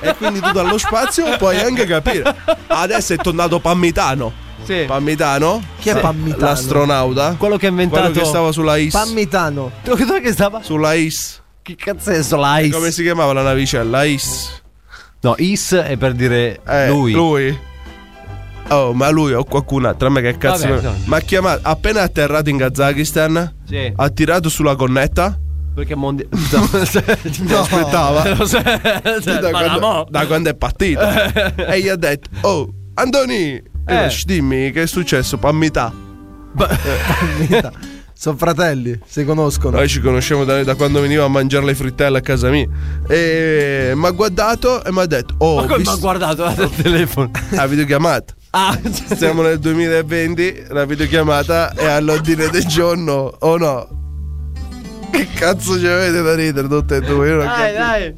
Speaker 3: e quindi tu dallo spazio puoi anche capire. Adesso è tornato Pammitano.
Speaker 4: Sì.
Speaker 3: Pammitano?
Speaker 15: Chi è
Speaker 3: Sì.
Speaker 15: Pammitano?
Speaker 3: L'astronauta.
Speaker 4: Quello che ha inventato.
Speaker 3: Quello che stava sulla IS.
Speaker 15: Pammitano.
Speaker 4: Dove che stava?
Speaker 3: sulla IS.
Speaker 4: Che cazzo è Slice?
Speaker 3: Come si chiamava la navicella? IS.
Speaker 4: No, Is è per dire
Speaker 3: Eh,
Speaker 4: lui.
Speaker 3: Oh, ma lui o qualcun altro, a me che cazzo.
Speaker 4: Vabbè, no.
Speaker 3: Ma ha chiamato appena atterrato in Kazakistan,
Speaker 4: Sì.
Speaker 3: ha tirato sulla connetta.
Speaker 4: Perché mondi... No, cioè,
Speaker 3: Lo aspettava.
Speaker 4: Lo so.
Speaker 3: da,
Speaker 4: Ma la Cioè, mo-
Speaker 3: quando, da quando è partito. e gli ha detto: Oh, Antoni, eh, sh- dimmi che è successo, pammità.
Speaker 15: Sono fratelli, si conoscono.
Speaker 3: Noi ci conosciamo da, da quando veniva a mangiare le frittelle a casa mia. E mi ha guardato e mi ha detto: Oh,
Speaker 4: Ma come mi ha
Speaker 3: visto-
Speaker 4: guardato dal telefono?
Speaker 3: la videochiamata.
Speaker 4: Ah,
Speaker 3: Siamo nel 2020, la videochiamata è all'ordine del giorno, o no? Che cazzo ci avete da ridere tutte e due? Io non
Speaker 4: dai,
Speaker 3: capisco.
Speaker 4: dai.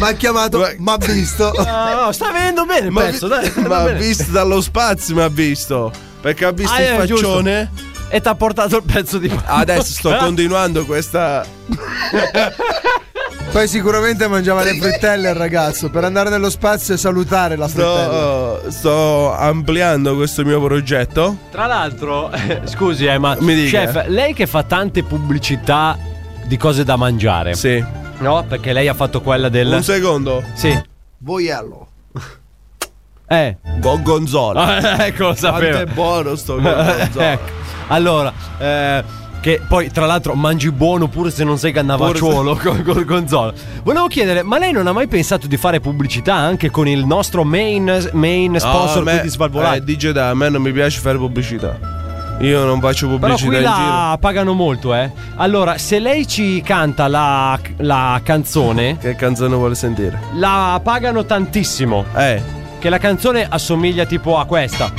Speaker 15: Ma ha chiamato, ma ha visto.
Speaker 4: No, no, sta venendo bene il
Speaker 3: Ma,
Speaker 4: pezzo, dai.
Speaker 3: vi- ma ha visto dallo spazio, mi ha visto. Perché ha visto
Speaker 4: Ah,
Speaker 3: il
Speaker 4: eh, giusto.
Speaker 3: faccione.
Speaker 4: E ti ha portato il pezzo di
Speaker 3: Adesso sto continuando questa...
Speaker 15: Poi sicuramente mangiava le frittelle il ragazzo per andare nello spazio e salutare la frittella.
Speaker 3: Sto, sto ampliando questo mio progetto.
Speaker 4: Tra l'altro, scusi, eh, ma
Speaker 3: Mi dica.
Speaker 4: chef, lei che fa tante pubblicità di cose da mangiare.
Speaker 3: Sì.
Speaker 4: No, perché lei ha fatto quella del
Speaker 3: Un secondo.
Speaker 4: Sì.
Speaker 15: Boiello.
Speaker 4: Eh.
Speaker 3: Gorgonzola.
Speaker 4: Ah, ecco,
Speaker 3: Quanto
Speaker 4: lo sapevo.
Speaker 3: è buono sto
Speaker 4: Ecco.
Speaker 3: gorgonzola.
Speaker 4: Allora, eh, che poi tra l'altro mangi buono pure se non sei cannavacciolo con gorgonzola. Volevo chiedere, ma lei non ha mai pensato di fare pubblicità anche con il nostro main, main
Speaker 3: No,
Speaker 4: sponsor
Speaker 3: a me-
Speaker 4: qui di Svalvolati?
Speaker 3: eh, dice da a me non mi piace fare pubblicità. Io non faccio
Speaker 4: Però
Speaker 3: pubblicità
Speaker 4: qui
Speaker 3: in giro.
Speaker 4: la pagano molto, eh. Allora, se lei ci canta la, la canzone,
Speaker 3: Che canzone vuole sentire?
Speaker 4: la pagano tantissimo.
Speaker 3: Eh.
Speaker 4: Che la canzone assomiglia tipo a questa.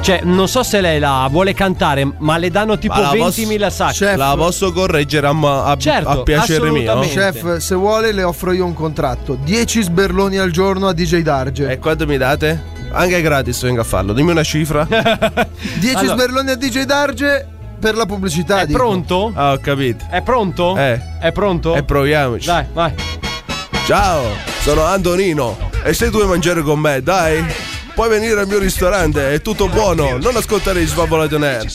Speaker 4: Cioè, non so se lei la vuole cantare, ma le danno tipo
Speaker 3: Ma la
Speaker 4: 20.000
Speaker 3: posso-
Speaker 4: sacchi.
Speaker 3: Chef, la posso correggere a, ma- a-
Speaker 4: Certo,
Speaker 3: a piacere mio?
Speaker 4: assolutamente.
Speaker 15: Chef, se vuole le offro io un contratto. 10 sberloni al giorno a DJ Darge.
Speaker 3: E quanto mi date? Anche gratis vengo a farlo, dimmi una cifra.
Speaker 15: 10
Speaker 3: Allora-
Speaker 15: sberloni a DJ Darge per la pubblicità.
Speaker 4: È
Speaker 15: dico.
Speaker 4: pronto?
Speaker 3: Ah, ho capito.
Speaker 4: È pronto?
Speaker 3: Eh.
Speaker 4: È pronto?
Speaker 3: E proviamoci.
Speaker 4: Dai, vai.
Speaker 3: Ciao, sono Antonino e se tu vuoi mangiare con me, dai, puoi venire al mio ristorante, è tutto buono, non ascoltare gli svavolati on air.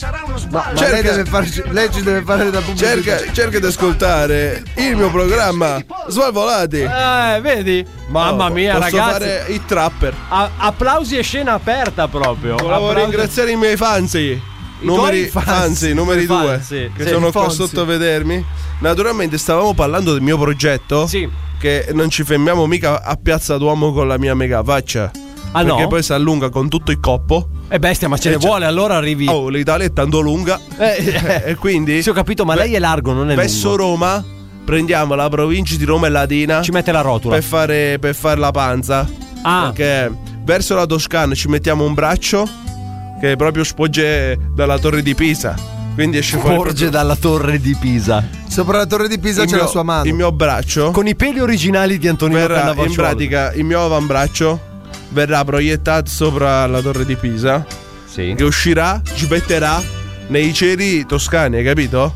Speaker 15: Ma lei, deve farci- lei ci deve fare da pubblicità.
Speaker 3: Cerca, cerca di ascoltare il mio programma Svalvolati.
Speaker 4: Eh, vedi? Mamma
Speaker 3: Oh,
Speaker 4: mia,
Speaker 3: posso
Speaker 4: ragazzi.
Speaker 3: fare i trapper.
Speaker 4: A- applausi e scena aperta proprio.
Speaker 3: Volevo
Speaker 4: Applausi-
Speaker 3: ringraziare i miei fanzi. Numeri,
Speaker 4: tuoi fanzi?
Speaker 3: fanzi, numeri
Speaker 4: Fanzi,
Speaker 3: due
Speaker 4: sì.
Speaker 3: che
Speaker 4: Sì,
Speaker 3: sono qua
Speaker 4: Fonzi.
Speaker 3: sotto a vedermi. Naturalmente stavamo parlando del mio progetto. Che non ci fermiamo mica a Piazza Duomo con la mia mega faccia.
Speaker 4: Ah,
Speaker 3: perché
Speaker 4: no?
Speaker 3: poi si allunga con tutto il coppo.
Speaker 4: Eh bestia, ma ce ne
Speaker 3: E c'è-
Speaker 4: vuole, allora arrivi.
Speaker 3: Oh, l'Italia è tanto lunga.
Speaker 4: Eh,
Speaker 3: e quindi.
Speaker 4: Sì, ho capito, ma lei è largo, non è
Speaker 3: Verso
Speaker 4: lungo.
Speaker 3: Roma prendiamo la provincia di Roma e Latina.
Speaker 4: Ci mette la rotola.
Speaker 3: Per fare, per fare la panza.
Speaker 4: Ah.
Speaker 3: Perché verso la Toscana ci mettiamo un braccio che proprio sporge dalla torre di Pisa. Quindi esce fuori.
Speaker 11: Porge dalla torre di Pisa.
Speaker 15: Sopra la torre di Pisa
Speaker 3: il
Speaker 15: c'è
Speaker 3: mio-
Speaker 15: la sua mano.
Speaker 3: Il mio braccio.
Speaker 11: Con i peli originali di Antonino
Speaker 3: verrà, in
Speaker 11: Cannavacciuolo.
Speaker 3: pratica, il mio avambraccio verrà proiettato sopra la torre di Pisa.
Speaker 4: Sì.
Speaker 3: Che uscirà, ci metterà nei cieli toscani, hai capito?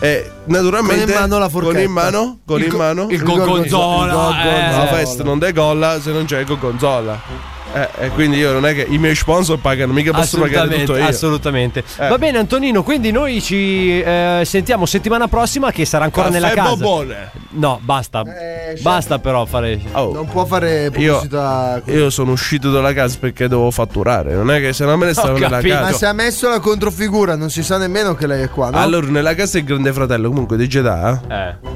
Speaker 3: E naturalmente.
Speaker 15: Mm. Con in mano la forchetta.
Speaker 3: Con in mano. Con
Speaker 15: Il
Speaker 3: in
Speaker 15: go-
Speaker 3: mano.
Speaker 4: Il gorgonzola. eh.
Speaker 3: La festa non decolla se non c'è il gorgonzola. Eh, e quindi io non è che i miei sponsor pagano, mica posso pagare tutto
Speaker 4: Assolutamente,
Speaker 3: io.
Speaker 4: assolutamente.
Speaker 3: Eh.
Speaker 4: Va bene, Antonino. Quindi noi ci eh, sentiamo settimana prossima. Che sarà ancora
Speaker 3: Caffè
Speaker 4: nella casa.
Speaker 3: Bobone.
Speaker 4: No, basta.
Speaker 15: Eh,
Speaker 4: basta, però, fare.
Speaker 3: Oh,
Speaker 15: Non può fare
Speaker 3: io,
Speaker 15: pubblicità.
Speaker 3: io sono uscito dalla casa perché devo fatturare. Non è che se no me ne stavo nella
Speaker 4: capito.
Speaker 3: casa.
Speaker 15: Ma se ha messo la controfigura, non si sa nemmeno che lei è qua. No?
Speaker 3: Allora, nella casa del grande fratello, comunque di Jeddah,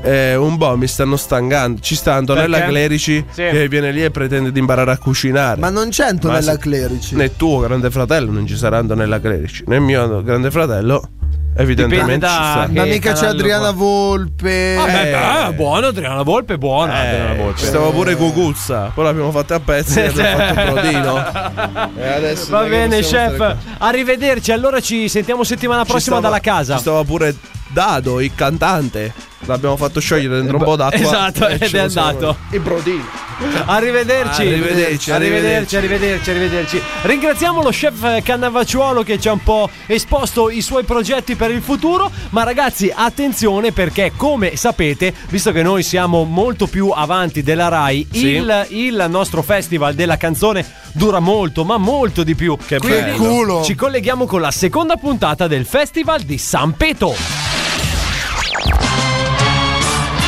Speaker 4: Eh.
Speaker 3: eh, un po' mi stanno stancando. Ci sta Antonella
Speaker 4: Perché?
Speaker 3: Clerici
Speaker 4: Sì.
Speaker 3: che viene lì e pretende di imparare a cucinare.
Speaker 15: Ma non c'è
Speaker 3: Ma
Speaker 15: Antonella
Speaker 3: se-
Speaker 15: Clerici.
Speaker 3: Nel tuo grande fratello non ci sarà Antonella Clerici. Nel mio grande fratello, evidentemente
Speaker 4: Dipende da-
Speaker 3: ci sta.
Speaker 15: Ma
Speaker 4: che
Speaker 15: mica c'è
Speaker 4: canale
Speaker 15: Adriana Volpe.
Speaker 4: Vabbè,
Speaker 3: Eh.
Speaker 4: beh, buono, Adriana Volpe, buona. Adriana Volpe.
Speaker 3: Ci stava pure Cucuzza, poi l'abbiamo fatta a pezzi e abbiamo fatto un prodino.
Speaker 4: Eh,
Speaker 3: E adesso
Speaker 4: Va
Speaker 3: non è che
Speaker 4: bene,
Speaker 3: possiamo stare
Speaker 4: chef.
Speaker 3: qua.
Speaker 4: Arrivederci. Allora ci sentiamo settimana
Speaker 3: Ci
Speaker 4: prossima
Speaker 3: stava-
Speaker 4: dalla casa.
Speaker 3: Ci stava pure Dado, il cantante. L'abbiamo fatto sciogliere dentro un po' d'acqua.
Speaker 4: Esatto,
Speaker 3: e
Speaker 4: ed
Speaker 3: ce
Speaker 4: è
Speaker 3: lo siamo-
Speaker 4: andato.
Speaker 3: I brodini.
Speaker 4: Arrivederci.
Speaker 3: Arrivederci,
Speaker 4: arrivederci, arrivederci, arrivederci. Ringraziamo lo chef Cannavacciuolo che ci ha un po' esposto i suoi progetti per il futuro. Ma ragazzi, attenzione perché, come sapete, visto che noi siamo molto più avanti della Rai,
Speaker 3: Sì.
Speaker 4: il, il nostro festival della canzone dura molto, ma molto di più. Che
Speaker 3: bello.
Speaker 15: culo.
Speaker 4: Ci colleghiamo con la seconda puntata del Festival di San Peto.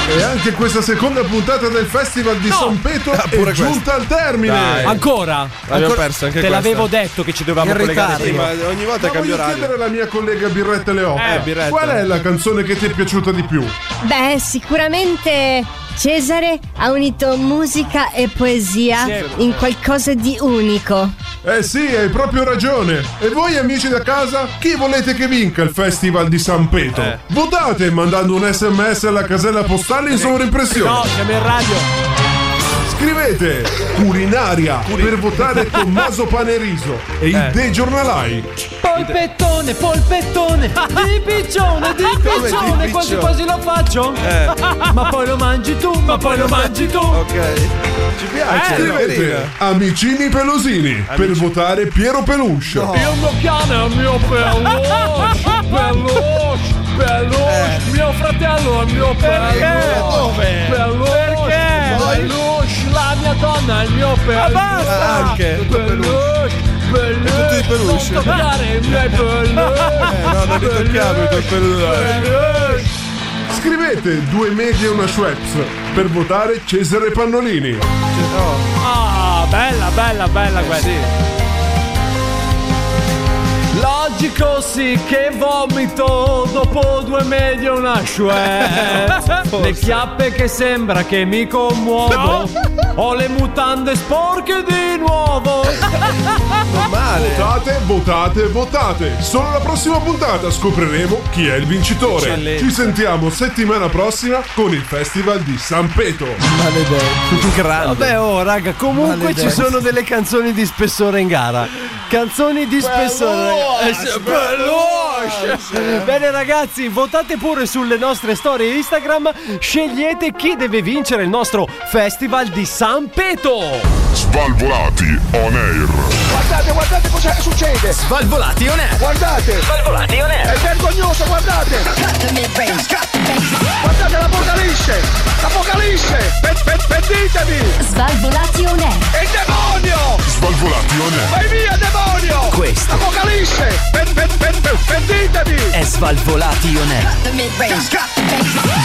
Speaker 16: E anche questa seconda puntata del Festival di
Speaker 4: No.
Speaker 16: San Petro
Speaker 3: Ah,
Speaker 16: è
Speaker 3: pure
Speaker 16: giunta al termine.
Speaker 3: Dai.
Speaker 4: Ancora?
Speaker 3: L'abbiamo
Speaker 4: Ancora-
Speaker 3: persa anche
Speaker 4: Te
Speaker 3: questa.
Speaker 4: l'avevo detto che ci dovevamo
Speaker 15: In
Speaker 4: collegare.
Speaker 15: ritardo.
Speaker 3: Sì, ma ogni volta
Speaker 16: Ma
Speaker 3: cambio
Speaker 16: voglio
Speaker 3: radio.
Speaker 16: chiedere alla mia collega Birretta Leotta
Speaker 3: Eh, Birretta.
Speaker 16: qual è la canzone che ti è piaciuta di più?
Speaker 1: Beh, sicuramente Cesare ha unito musica e poesia in qualcosa di unico.
Speaker 16: Eh sì, hai proprio ragione. E voi amici da casa, chi volete che vinca il Festival di San Petro?
Speaker 4: Eh.
Speaker 16: Votate mandando un sms alla casella postale in sovraimpressione.
Speaker 4: No, siamo in radio.
Speaker 16: Scrivete culinaria per votare Tommaso Paneriso e
Speaker 4: Eh.
Speaker 16: il De Giornalai.
Speaker 4: Polpettone, polpettone, di piccione, di
Speaker 3: Come di
Speaker 4: piccione,
Speaker 3: piccione?
Speaker 4: quasi
Speaker 3: Eh.
Speaker 4: quasi lo faccio. Ma poi lo mangi tu, ma poi lo mangi tu. Eh,
Speaker 3: Ok. Ci piace.
Speaker 16: Scrivete
Speaker 3: Marina.
Speaker 16: Amicini Pelosini per votare Piero Peluscio.
Speaker 4: Il mio cane è il mio peluche, peluche, peluche.
Speaker 3: Eh.
Speaker 4: Mio fratello è il mio peluche. Dove? Peluche. Peluche, la mia donna è il mio peluche.
Speaker 3: Ah, Anche. Tutto
Speaker 4: Peluche,
Speaker 3: Tutti i
Speaker 4: peluche.
Speaker 3: peluche.
Speaker 4: Toccare i miei peluche.
Speaker 3: Eh, no, non li tocchiamo i tuoi peluche.
Speaker 4: Peluche.
Speaker 16: Scrivete due medi e una Schweppes per votare Cesare Pannolini.
Speaker 4: Ah, bella, bella, bella questa. Logico sì che vomito dopo due medi e una chouette Le chiappe che sembra che mi commuovo Ho le mutande sporche di nuovo.
Speaker 16: Votate, votate, votate. Solo la prossima puntata scopriremo chi è il vincitore.
Speaker 4: Eccellente.
Speaker 16: Ci sentiamo settimana prossima con il Festival di San Peto.
Speaker 4: Maledetto.
Speaker 3: Ah,
Speaker 4: Vabbè, oh, raga, comunque ci sono delle canzoni di spessore in gara. Canzoni di spessore.
Speaker 11: Veloce,
Speaker 4: Eh, sì, veloce. Bene, ragazzi, votate pure sulle nostre storie Instagram. Scegliete chi deve vincere il nostro Festival di San Peto.
Speaker 17: Svalvolati on air.
Speaker 13: Guardate, guardate cosa succede! Svalvolati on air! Guardate! Svalvolati on air! È vergognoso, guardate! Guardate l'apocalisse! L'apocalisse! Per- per- Perditevi! Svalvolati on air! Il demonio!
Speaker 17: Svalvolati on air.
Speaker 13: Vai via, demonio!
Speaker 2: Questo.
Speaker 13: L'apocalisse! Per- per- per- per- Perditevi!
Speaker 2: È Svalvolati on air.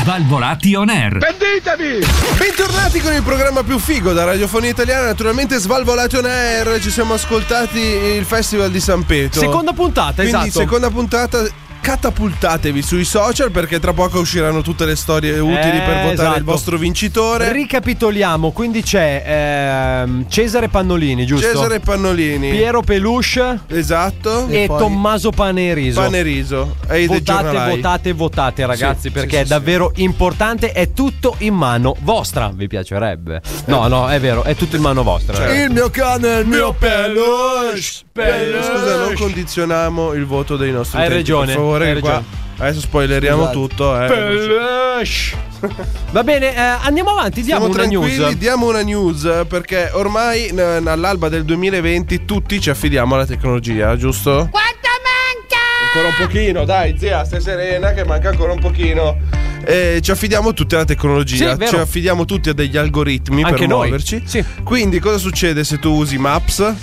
Speaker 3: Svalvolati on air.
Speaker 13: Perditevi!
Speaker 3: Bentornati con il programma più figo da Radiofonia Italiana, naturalmente Svalvolati on Air. Ci siamo ascoltati il Festival di San Pietro.
Speaker 4: Seconda puntata,
Speaker 3: Quindi,
Speaker 4: esatto.
Speaker 3: seconda puntata. Catapultatevi sui social perché tra poco usciranno tutte le storie utili
Speaker 4: Eh,
Speaker 3: per votare
Speaker 4: esatto.
Speaker 3: il vostro vincitore.
Speaker 4: Ricapitoliamo, quindi c'è ehm, Cesare Pannolini, giusto?
Speaker 3: Cesare Pannolini.
Speaker 4: Piero Peluche.
Speaker 3: Esatto.
Speaker 4: E,
Speaker 3: E poi-
Speaker 4: Tommaso Paneriso.
Speaker 3: Paneriso. E i dei
Speaker 4: votate,
Speaker 3: giornalai.
Speaker 4: votate, votate, ragazzi,
Speaker 3: Sì,
Speaker 4: perché
Speaker 3: sì,
Speaker 4: è
Speaker 3: sì,
Speaker 4: davvero importante. È tutto in mano vostra. Vi piacerebbe? No, no, è vero, è tutto in mano vostra.
Speaker 3: Cioè,
Speaker 4: ragazzi.
Speaker 15: Il mio cane, il mio peluche.
Speaker 3: Eh, Scusa, non condizioniamo il voto dei nostri
Speaker 4: Hai
Speaker 3: utenti,
Speaker 4: ragione,
Speaker 3: Per favore,
Speaker 4: hai
Speaker 3: che qua
Speaker 4: ragione.
Speaker 3: adesso spoileriamo
Speaker 4: Scusate.
Speaker 3: tutto. Eh.
Speaker 4: Peluche. Esatto. Va bene, eh, andiamo avanti, diamo
Speaker 3: Siamo
Speaker 4: una
Speaker 3: tranquilli,
Speaker 4: news.
Speaker 3: diamo una news perché ormai n- all'alba del 2020 tutti ci affidiamo alla tecnologia, giusto?
Speaker 8: Quanto manca?
Speaker 3: Ancora un pochino, dai zia, stai serena che manca ancora un pochino. Eh, ci affidiamo tutti alla tecnologia,
Speaker 4: Sì, vero.
Speaker 3: ci affidiamo tutti a degli algoritmi
Speaker 4: Anche
Speaker 3: per
Speaker 4: noi.
Speaker 3: muoverci. Quindi cosa succede se tu usi Maps?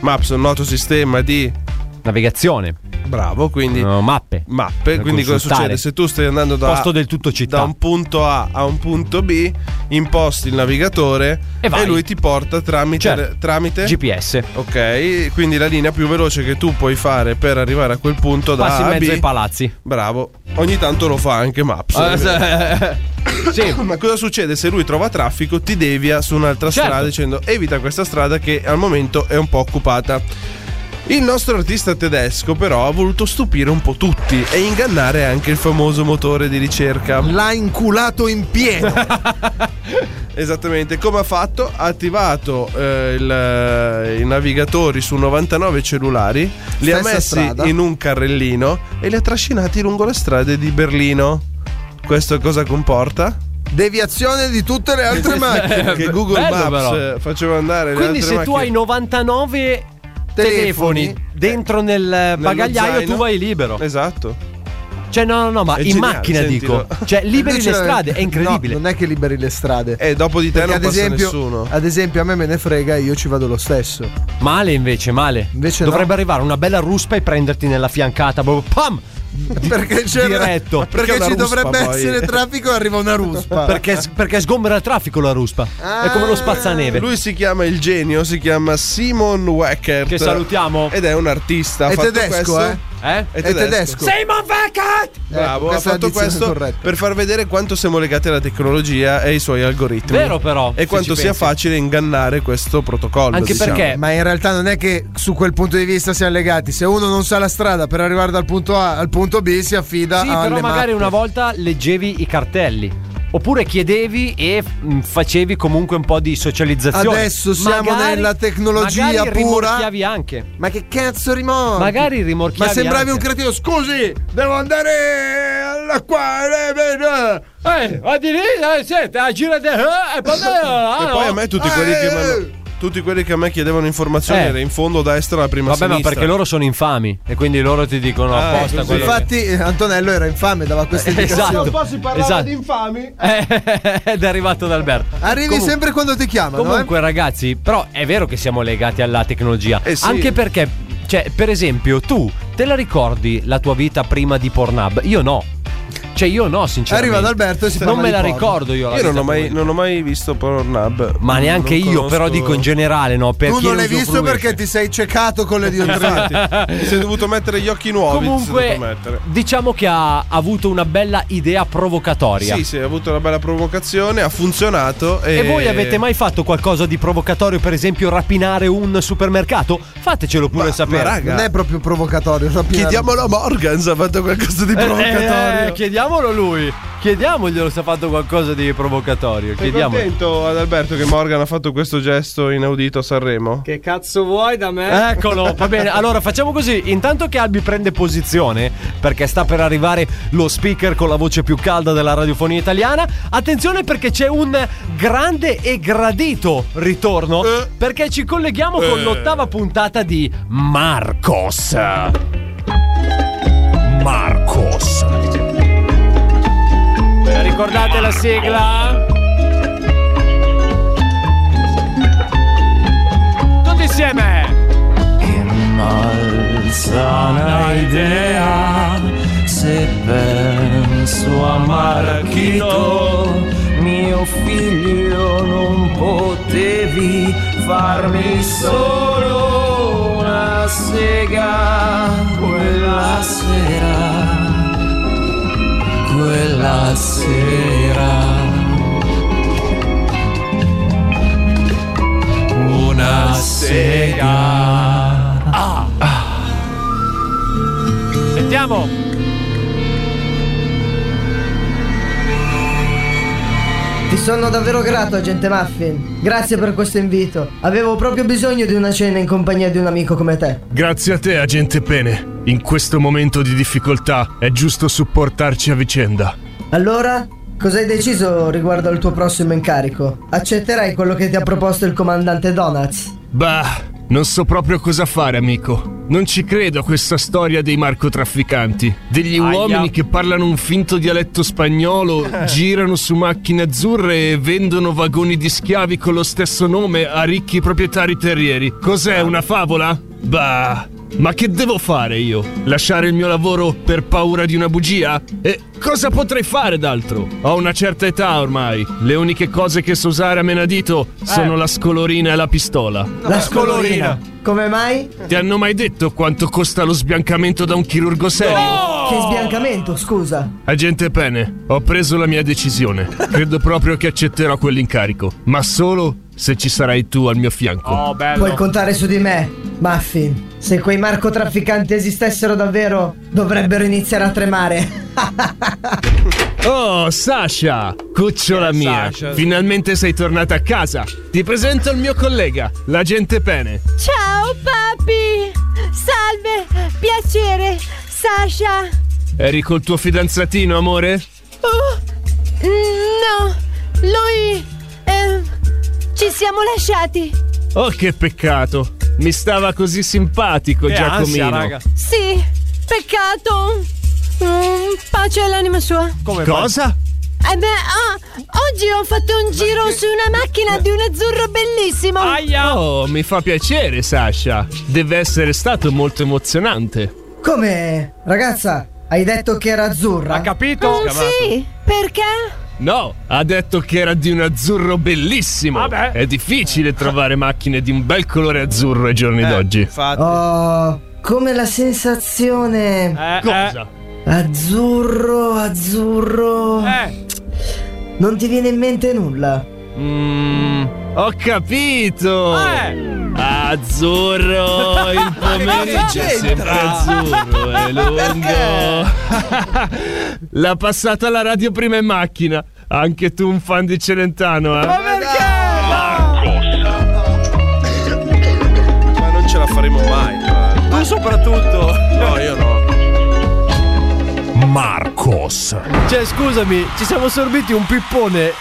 Speaker 3: Maps è un noto sistema di
Speaker 4: Navigazione.
Speaker 3: Bravo, quindi
Speaker 4: No, mappe.
Speaker 3: mappe,
Speaker 4: Da
Speaker 3: quindi cosa
Speaker 4: consultare.
Speaker 3: succede se tu stai andando da
Speaker 4: Posto del tutto città.
Speaker 3: da un punto A a un punto B, imposti il navigatore
Speaker 4: E
Speaker 3: e,
Speaker 4: vai.
Speaker 3: lui ti porta tramite,
Speaker 4: Certo.
Speaker 3: tramite-
Speaker 4: GPS.
Speaker 3: Ok, quindi la linea più veloce che tu puoi fare per arrivare a quel punto da
Speaker 4: Passi in
Speaker 3: A a
Speaker 4: mezzo
Speaker 3: B.
Speaker 4: ai palazzi.
Speaker 3: Bravo. Ogni tanto lo fa anche Maps.
Speaker 4: Eh,
Speaker 3: è
Speaker 4: se-
Speaker 3: vero.
Speaker 4: Sì.
Speaker 3: Ma cosa succede se lui trova traffico, ti devia su un'altra
Speaker 4: Certo.
Speaker 3: strada dicendo evita questa strada che al momento è un po' occupata. Il nostro artista tedesco però ha voluto stupire un po' tutti e ingannare anche il famoso motore di ricerca.
Speaker 5: L'ha inculato in pieno.
Speaker 3: Esattamente, come ha fatto? Ha attivato eh, il- i navigatori su 99 cellulari, li ha
Speaker 5: Stessa
Speaker 3: messi
Speaker 5: strada.
Speaker 3: in un carrellino e li ha trascinati lungo le strade di Berlino. Questo cosa comporta?
Speaker 5: Deviazione di tutte le altre macchine.
Speaker 3: che Google Maps
Speaker 4: Bello, però.
Speaker 3: eh, faceva andare le
Speaker 4: Quindi se
Speaker 3: altre
Speaker 4: tu
Speaker 3: macchine.
Speaker 4: hai 99 telefoni,
Speaker 3: Telefoni.
Speaker 4: dentro nel eh, bagagliaio tu
Speaker 3: zaino.
Speaker 4: vai libero.
Speaker 3: Esatto.
Speaker 4: Cioè no, no, no, ma
Speaker 3: È
Speaker 4: in
Speaker 5: Ah,
Speaker 3: geniale,
Speaker 4: macchina
Speaker 3: sentilo.
Speaker 4: dico. Cioè liberi
Speaker 5: Invece
Speaker 4: le
Speaker 5: la-
Speaker 4: strade, è incredibile.
Speaker 5: No, non è che liberi le strade.
Speaker 3: E Eh, dopo di te
Speaker 5: Perché
Speaker 3: non
Speaker 5: ad
Speaker 3: passa
Speaker 5: esempio,
Speaker 3: nessuno.
Speaker 5: ad esempio, a me me ne frega e io ci vado lo stesso.
Speaker 4: Male invece, male.
Speaker 5: Invece
Speaker 4: Dovrebbe
Speaker 5: no.
Speaker 4: arrivare una bella ruspa e prenderti nella fiancata, proprio pam! Di-
Speaker 5: Perché c'era-
Speaker 4: diretto.
Speaker 5: Ma perché
Speaker 4: una
Speaker 5: ci
Speaker 4: ruspa
Speaker 5: dovrebbe
Speaker 4: poi?
Speaker 5: essere traffico e arriva una ruspa.
Speaker 4: Perché, perché sgombera il traffico la ruspa. È come lo spazzaneve.
Speaker 3: Lui si chiama il genio, si chiama Simon Weckert.
Speaker 4: Che salutiamo.
Speaker 3: Ed è un artista. ha
Speaker 5: È
Speaker 3: fatto
Speaker 5: tedesco,
Speaker 3: questo-
Speaker 5: eh?
Speaker 4: Eh?
Speaker 3: È tedesco.
Speaker 4: Simon Vacat!
Speaker 3: Bravo, ha
Speaker 5: questa è la
Speaker 3: fatto
Speaker 5: dizione
Speaker 3: questo
Speaker 5: corretta.
Speaker 3: per far vedere quanto siamo legati alla tecnologia e ai suoi algoritmi.
Speaker 4: Vero però, se
Speaker 3: E quanto
Speaker 4: ci
Speaker 3: sia
Speaker 4: pensi.
Speaker 3: facile ingannare questo protocollo.
Speaker 4: Anche
Speaker 3: diciamo.
Speaker 4: perché
Speaker 5: Ma in realtà non è che su quel punto di vista siamo legati. Se uno non sa la strada per arrivare dal punto A al punto B, si affida
Speaker 4: Sì,
Speaker 5: alle
Speaker 4: però magari
Speaker 5: mappe.
Speaker 4: una volta leggevi i cartelli. Oppure chiedevi e mh, facevi comunque un po' di socializzazione.
Speaker 5: Adesso siamo
Speaker 4: Magari-
Speaker 5: nella tecnologia
Speaker 4: magari
Speaker 5: pura.
Speaker 4: rimorchiavi anche.
Speaker 5: Ma che cazzo rimorchi?
Speaker 4: Magari
Speaker 5: Ma
Speaker 4: rimorchiavi anche.
Speaker 5: sembravi un cretino. Scusi, devo andare alla quale.
Speaker 4: Eh, va di lì, eh, senti, a gira di... eh, e poi... Ah,
Speaker 3: E poi a me tutti quelli che mi hanno- tutti quelli che a me chiedevano informazioni
Speaker 4: Eh.
Speaker 3: era in fondo a destra la prima
Speaker 4: Vabbè, ma
Speaker 3: sinistra.
Speaker 4: perché loro sono infami e quindi loro ti dicono
Speaker 3: Ah,
Speaker 4: apposta
Speaker 3: così.
Speaker 4: quello. che-
Speaker 5: Infatti, eh, Antonello era infame, dava questa indicazione.
Speaker 4: Esatto. esatto.
Speaker 3: infami?
Speaker 4: Eh, Ed è arrivato ad Alberto.
Speaker 5: Arrivi
Speaker 4: Comunque-
Speaker 5: sempre quando ti chiamano.
Speaker 15: eh?
Speaker 4: Comunque, ragazzi, però è vero che siamo legati alla tecnologia.
Speaker 3: Eh sì.
Speaker 4: Anche perché, cioè, per esempio, tu te la ricordi la tua vita prima di Pornhub? Io no.
Speaker 5: eh.
Speaker 4: Cioè, io no, sinceramente.
Speaker 5: Arriva ad Alberto e si
Speaker 4: Non
Speaker 5: parla
Speaker 4: me
Speaker 5: di
Speaker 4: la
Speaker 5: porno.
Speaker 4: ricordo io. la
Speaker 3: Io non
Speaker 4: vita
Speaker 3: ho, mai, non ho mai visto Pornhub.
Speaker 4: Ma
Speaker 3: Non-
Speaker 4: neanche
Speaker 3: non
Speaker 4: io,
Speaker 3: conosco-
Speaker 4: però dico in generale, no? Per
Speaker 5: Tu
Speaker 4: chi
Speaker 5: non
Speaker 4: ne
Speaker 5: l'hai visto
Speaker 4: usufruisce.
Speaker 5: perché ti sei ciecato con le diotrate.
Speaker 3: Infatti, si è dovuto mettere gli occhi nuovi. si è dovuto
Speaker 4: Comunque,
Speaker 3: mettere.
Speaker 4: diciamo che ha avuto una bella idea provocatoria.
Speaker 3: Sì, Eh. sì, ha avuto una bella provocazione, ha funzionato. E,
Speaker 4: E voi avete mai fatto qualcosa di provocatorio, per esempio rapinare un supermercato? Fatecelo pure sapere. Eh,
Speaker 3: ma raga,
Speaker 5: Non è proprio provocatorio. rapinare.
Speaker 3: Chiediamolo a Morgan se ha fatto qualcosa di
Speaker 4: Eh,
Speaker 3: provocatorio.
Speaker 4: eh, chiediamolo lui. Chiediamoglielo se ha fatto qualcosa di provocatorio.
Speaker 3: Sei
Speaker 4: Chiediamolo.
Speaker 3: contento ad Alberto che Morgan ha fatto questo gesto inaudito a Sanremo?
Speaker 18: Che cazzo vuoi da me?
Speaker 4: Eccolo, va bene. Allora facciamo così: intanto che Albi prende posizione, perché sta per arrivare lo speaker con la voce più calda della radiofonia italiana. Attenzione perché c'è un grande e gradito ritorno, perché ci colleghiamo con l'ottava puntata di Marcos. Marcos. Ricordate la sigla? Tutti insieme!
Speaker 13: malsana idea se penso a Marchito mio figlio non potevi farmi solo una sega quella sera quella sera una sega
Speaker 4: Ah. Sentiamo.
Speaker 19: Vi sono davvero grato, agente Muffin. Grazie per questo invito. Avevo proprio bisogno di una cena in compagnia di un amico come te.
Speaker 20: Grazie a te, agente Pene. In questo momento di difficoltà è giusto supportarci a vicenda.
Speaker 19: Allora, cosa hai deciso riguardo al tuo prossimo incarico? Accetterai quello che ti ha proposto il comandante Donuts?
Speaker 20: Bah, non so proprio cosa fare, amico. Non ci credo a questa storia dei marcotrafficanti. Degli
Speaker 4: Aia.
Speaker 20: uomini che parlano un finto dialetto spagnolo, girano su macchine azzurre e vendono vagoni di schiavi con lo stesso nome a ricchi proprietari terrieri. Cos'è, una favola? Bah. Ma che devo fare io? Lasciare il mio lavoro per paura di una bugia? E cosa potrei fare d'altro? Ho una certa età ormai. Le uniche cose che so usare a menadito sono la scolorina e la pistola.
Speaker 19: Eh. La scolorina. Come mai?
Speaker 20: Ti hanno mai detto quanto costa lo sbiancamento da un chirurgo serio?
Speaker 19: Che sbiancamento, scusa.
Speaker 20: Agente Pene, ho preso la mia decisione. Credo proprio che accetterò quell'incarico, ma solo se ci sarai tu al mio fianco. Oh,
Speaker 19: Puoi contare su di me, Muffin. Se quei marcotrafficanti esistessero davvero, dovrebbero iniziare a tremare.
Speaker 20: Oh, Sasha! Cucciola mia!
Speaker 19: Sasha.
Speaker 20: Finalmente sei tornata a casa! Ti presento il mio collega, l'agente Pene.
Speaker 21: Ciao papi! Salve! Piacere! Sasha!
Speaker 20: Eri col tuo fidanzatino, amore?
Speaker 21: Oh, no! Lui... ehm, ci siamo lasciati!
Speaker 20: Oh, che peccato! Mi stava così simpatico,
Speaker 21: Che
Speaker 20: Giacomino.
Speaker 21: Eh, ansia, raga. Sì, peccato! Mm, pace all'anima sua!
Speaker 20: Cosa?
Speaker 21: Eh beh, ah, oggi ho fatto un giro su una macchina di un azzurro bellissimo!
Speaker 20: Oh, mi fa piacere, Sasha. Deve essere stato molto emozionante.
Speaker 19: Come? Ragazza, hai detto che era azzurra? Ha capito?
Speaker 20: Mm, sì,
Speaker 21: perché?
Speaker 20: No, ha detto che era di un azzurro bellissimo. Vabbè. È difficile trovare macchine di un bel colore azzurro ai giorni d'oggi.
Speaker 19: Oh, come la sensazione.
Speaker 20: Cosa?
Speaker 19: eh. Azzurro, azzurro. Non ti viene in mente nulla.
Speaker 20: Mm, ho capito. Azzurro, il pomeriggio è sempre azzurro, è lungo. L'ha passata la radio prima in macchina. Anche tu un fan di Celentano, eh?
Speaker 3: Ma non ce la faremo mai. Tu soprattutto. No, io no.
Speaker 4: Marcos. Cioè, scusami, ci siamo sorbiti un pippone.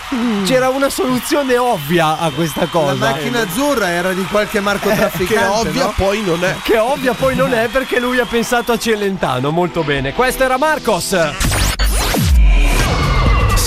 Speaker 4: C'era una soluzione ovvia a questa cosa.
Speaker 5: La macchina azzurra era di qualche marco trafficante.
Speaker 4: che ovvia
Speaker 5: no?
Speaker 3: poi non è.
Speaker 4: Che ovvia poi non è perché lui ha pensato a Celentano. Molto bene. Questo era Marcos.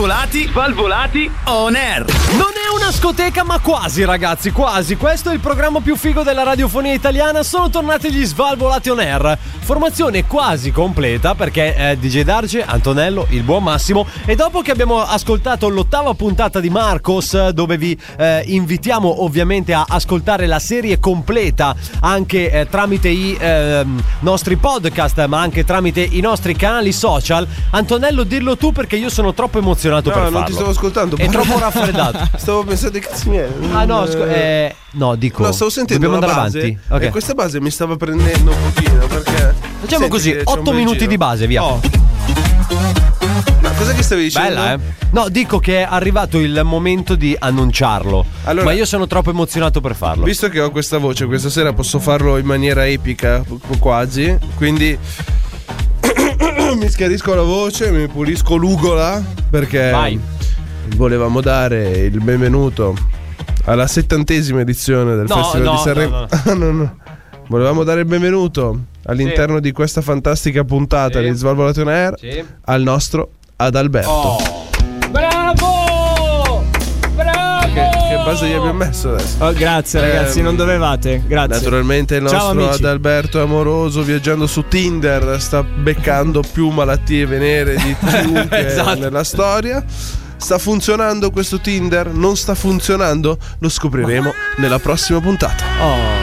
Speaker 22: Svalvolati on air.
Speaker 4: Non è una scoteca, ma quasi, ragazzi, quasi. Questo è il programma più figo della radiofonia italiana. Sono tornati gli Svalvolati on air. Formazione quasi completa perché eh, DJ Darge, Antonello, il buon Massimo. E dopo che abbiamo ascoltato l'ottava puntata di Marcos, eh, dove vi eh, invitiamo ovviamente a ascoltare la serie completa anche eh, tramite i ehm, nostri podcast, ma anche tramite i nostri canali social. Antonello, dillo tu perché io sono troppo emozionato
Speaker 3: No,
Speaker 4: per
Speaker 3: non
Speaker 4: farlo.
Speaker 3: ti stavo ascoltando.
Speaker 4: È troppo raffreddato.
Speaker 3: Stavo pensando ai cazzi miei.
Speaker 4: Ah no, scu- eh, no, dico.
Speaker 3: No, stavo sentendo
Speaker 4: Dobbiamo
Speaker 3: la
Speaker 4: andare
Speaker 3: base, Eh,
Speaker 4: avanti.
Speaker 3: E
Speaker 4: Ok.
Speaker 3: questa base mi stava prendendo un pochino perché.
Speaker 4: Facciamo
Speaker 3: Senti
Speaker 4: così,
Speaker 3: che c'è un
Speaker 4: 8
Speaker 3: bel
Speaker 4: minuti
Speaker 3: giro. Oh.
Speaker 4: di base, via.
Speaker 3: Ma cosa che stavi dicendo?
Speaker 4: Bella, eh? No, dico che è arrivato il momento di annunciarlo.
Speaker 3: Allora-
Speaker 4: ma io sono troppo emozionato per farlo.
Speaker 3: Visto che ho questa voce, questa sera posso farlo in maniera epica, qu- quasi. Quindi. mi schiarisco la voce, mi pulisco l'ugola. Perché.
Speaker 4: Vai.
Speaker 3: Volevamo dare il benvenuto alla settantesima edizione del
Speaker 4: No,
Speaker 3: Festival
Speaker 4: no,
Speaker 3: di Sanremo.
Speaker 4: no, no.
Speaker 3: Ah, no, no. Volevamo dare il benvenuto all'interno di questa fantastica puntata di Svalvolato on Air
Speaker 4: Sì.
Speaker 3: al nostro Adalberto.
Speaker 9: Bravo! Bravo!
Speaker 3: Che, che base gli abbiamo messo adesso?
Speaker 9: Oh, grazie ragazzi,
Speaker 3: Ehm,
Speaker 9: non dovevate. Grazie.
Speaker 3: Naturalmente il
Speaker 9: Ciao,
Speaker 3: nostro
Speaker 9: amici.
Speaker 3: Adalberto Amoroso viaggiando su Tinder sta beccando più malattie venere di chiunque
Speaker 9: Esatto.
Speaker 3: nella storia. Sta funzionando questo Tinder? Non sta funzionando? Lo scopriremo nella prossima puntata.
Speaker 9: Oh.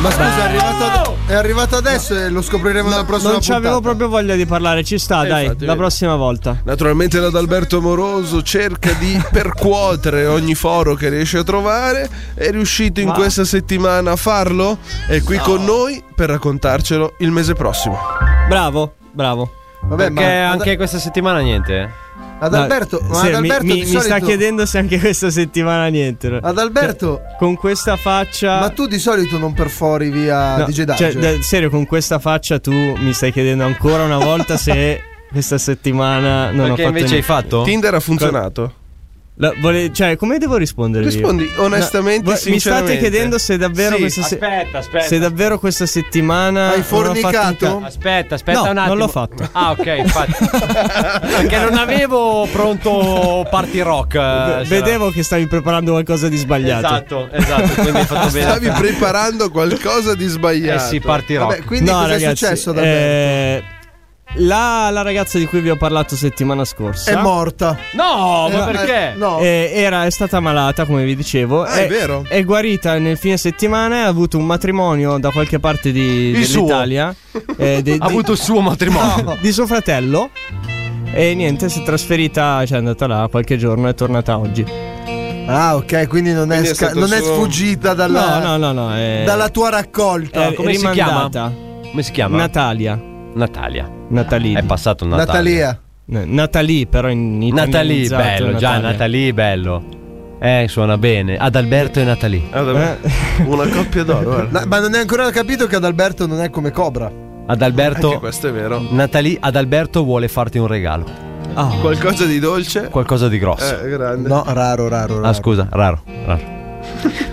Speaker 15: Ma scusa, è arrivato, ad- è arrivato adesso e lo scopriremo nella prossima
Speaker 9: Non ci avevo
Speaker 15: puntata.
Speaker 9: proprio voglia di parlare, ci sta, dai,
Speaker 3: Eh, infatti,
Speaker 9: la
Speaker 3: vedi.
Speaker 9: prossima volta.
Speaker 3: Naturalmente l'Adalberto Amoroso cerca di percuotere ogni foro che riesce a trovare. È riuscito in
Speaker 9: Ma-
Speaker 3: questa settimana a farlo. È qui con noi per raccontarcelo il mese prossimo.
Speaker 9: Bravo, bravo.
Speaker 15: Vabbè,
Speaker 4: Perché
Speaker 15: ma-
Speaker 4: anche questa settimana niente. eh?
Speaker 15: Adalberto,
Speaker 9: Dai,
Speaker 15: ma
Speaker 9: sì, mi-
Speaker 15: Adalberto
Speaker 9: mi,
Speaker 15: di
Speaker 9: mi
Speaker 15: solito-
Speaker 9: sta chiedendo se anche questa settimana niente.
Speaker 15: Adalberto.
Speaker 9: Cioè, con questa faccia
Speaker 15: Ma tu di solito non perfori via
Speaker 9: No,
Speaker 15: DJ
Speaker 9: cioè,
Speaker 15: Darge.
Speaker 9: da- serio, con questa faccia tu mi stai chiedendo ancora una volta se questa settimana non ho
Speaker 4: Perché
Speaker 9: fatto
Speaker 4: invece hai fatto?
Speaker 3: Tinder ha funzionato.
Speaker 9: La- vole- cioè, come devo rispondere? io?
Speaker 3: Rispondi onestamente,
Speaker 9: No, vo- mi
Speaker 3: sinceramente.
Speaker 9: state chiedendo se davvero questa se-
Speaker 23: Aspetta, aspetta.
Speaker 9: se davvero questa
Speaker 15: Hai
Speaker 9: settimana non ho fatto un
Speaker 15: fornicato?
Speaker 9: ca-
Speaker 23: Aspetta, aspetta
Speaker 9: No,
Speaker 23: un attimo.
Speaker 9: non l'ho
Speaker 4: Eh,
Speaker 9: fatto.
Speaker 23: Ah, ok, infatti.
Speaker 4: Perché non avevo pronto party rock. eh,
Speaker 9: Ve-
Speaker 4: sarà-
Speaker 9: Vedevo che stavi preparando qualcosa di sbagliato.
Speaker 4: Esatto, esatto, quindi hai fatto bene.
Speaker 3: Stavi preparando qualcosa di sbagliato.
Speaker 4: Eh sì, party rock.
Speaker 15: Vabbè, quindi
Speaker 9: no,
Speaker 15: cos'è
Speaker 9: ragazzi,
Speaker 15: successo da
Speaker 9: eh, la, la ragazza di cui vi ho parlato settimana scorsa
Speaker 15: È morta.
Speaker 4: No, ma
Speaker 15: Eh,
Speaker 4: perché?
Speaker 15: eh, no.
Speaker 9: Eh, era, è stata malata, come vi dicevo.
Speaker 3: Ah, è vero.
Speaker 9: È guarita nel fine settimana e ha avuto un matrimonio da qualche parte di,
Speaker 4: Il suo.
Speaker 9: dell'Italia. eh, de-
Speaker 4: Ha
Speaker 9: di-
Speaker 4: avuto il suo matrimonio.
Speaker 9: no, di suo fratello. E niente, si è trasferita, cioè è andata là qualche giorno e è tornata oggi.
Speaker 15: Ah, ok, quindi non,
Speaker 3: Quindi
Speaker 15: è,
Speaker 3: è
Speaker 15: sca-
Speaker 3: stato
Speaker 15: non è
Speaker 3: solo-
Speaker 15: sfuggita dalla,
Speaker 9: No, no, no, no. È,
Speaker 15: dalla tua raccolta.
Speaker 9: è
Speaker 4: Eh, come si
Speaker 9: rimandata.
Speaker 4: Come si chiama?
Speaker 9: Natalia.
Speaker 4: Natalia.
Speaker 9: Natalie.
Speaker 4: È passato Natalia.
Speaker 15: Natalia.
Speaker 9: N- Natalie, però in italiano.
Speaker 4: Natalie, bello, già Natalie, bello. Eh, suona bene. Adalberto e Eh. Natalie.
Speaker 3: Ah, vabbè. Una coppia d'oro. eh. guarda.
Speaker 15: No, ma non hai ancora capito che Adalberto non è come Cobra.
Speaker 3: Anche
Speaker 4: Adalberto.
Speaker 3: questo è vero.
Speaker 4: Natalie, Adalberto vuole farti un regalo.
Speaker 9: Ah.
Speaker 3: Qualcosa di dolce.
Speaker 4: Qualcosa di grosso.
Speaker 3: Eh, grande.
Speaker 15: No, raro, raro. raro.
Speaker 4: Ah, scusa, raro. raro.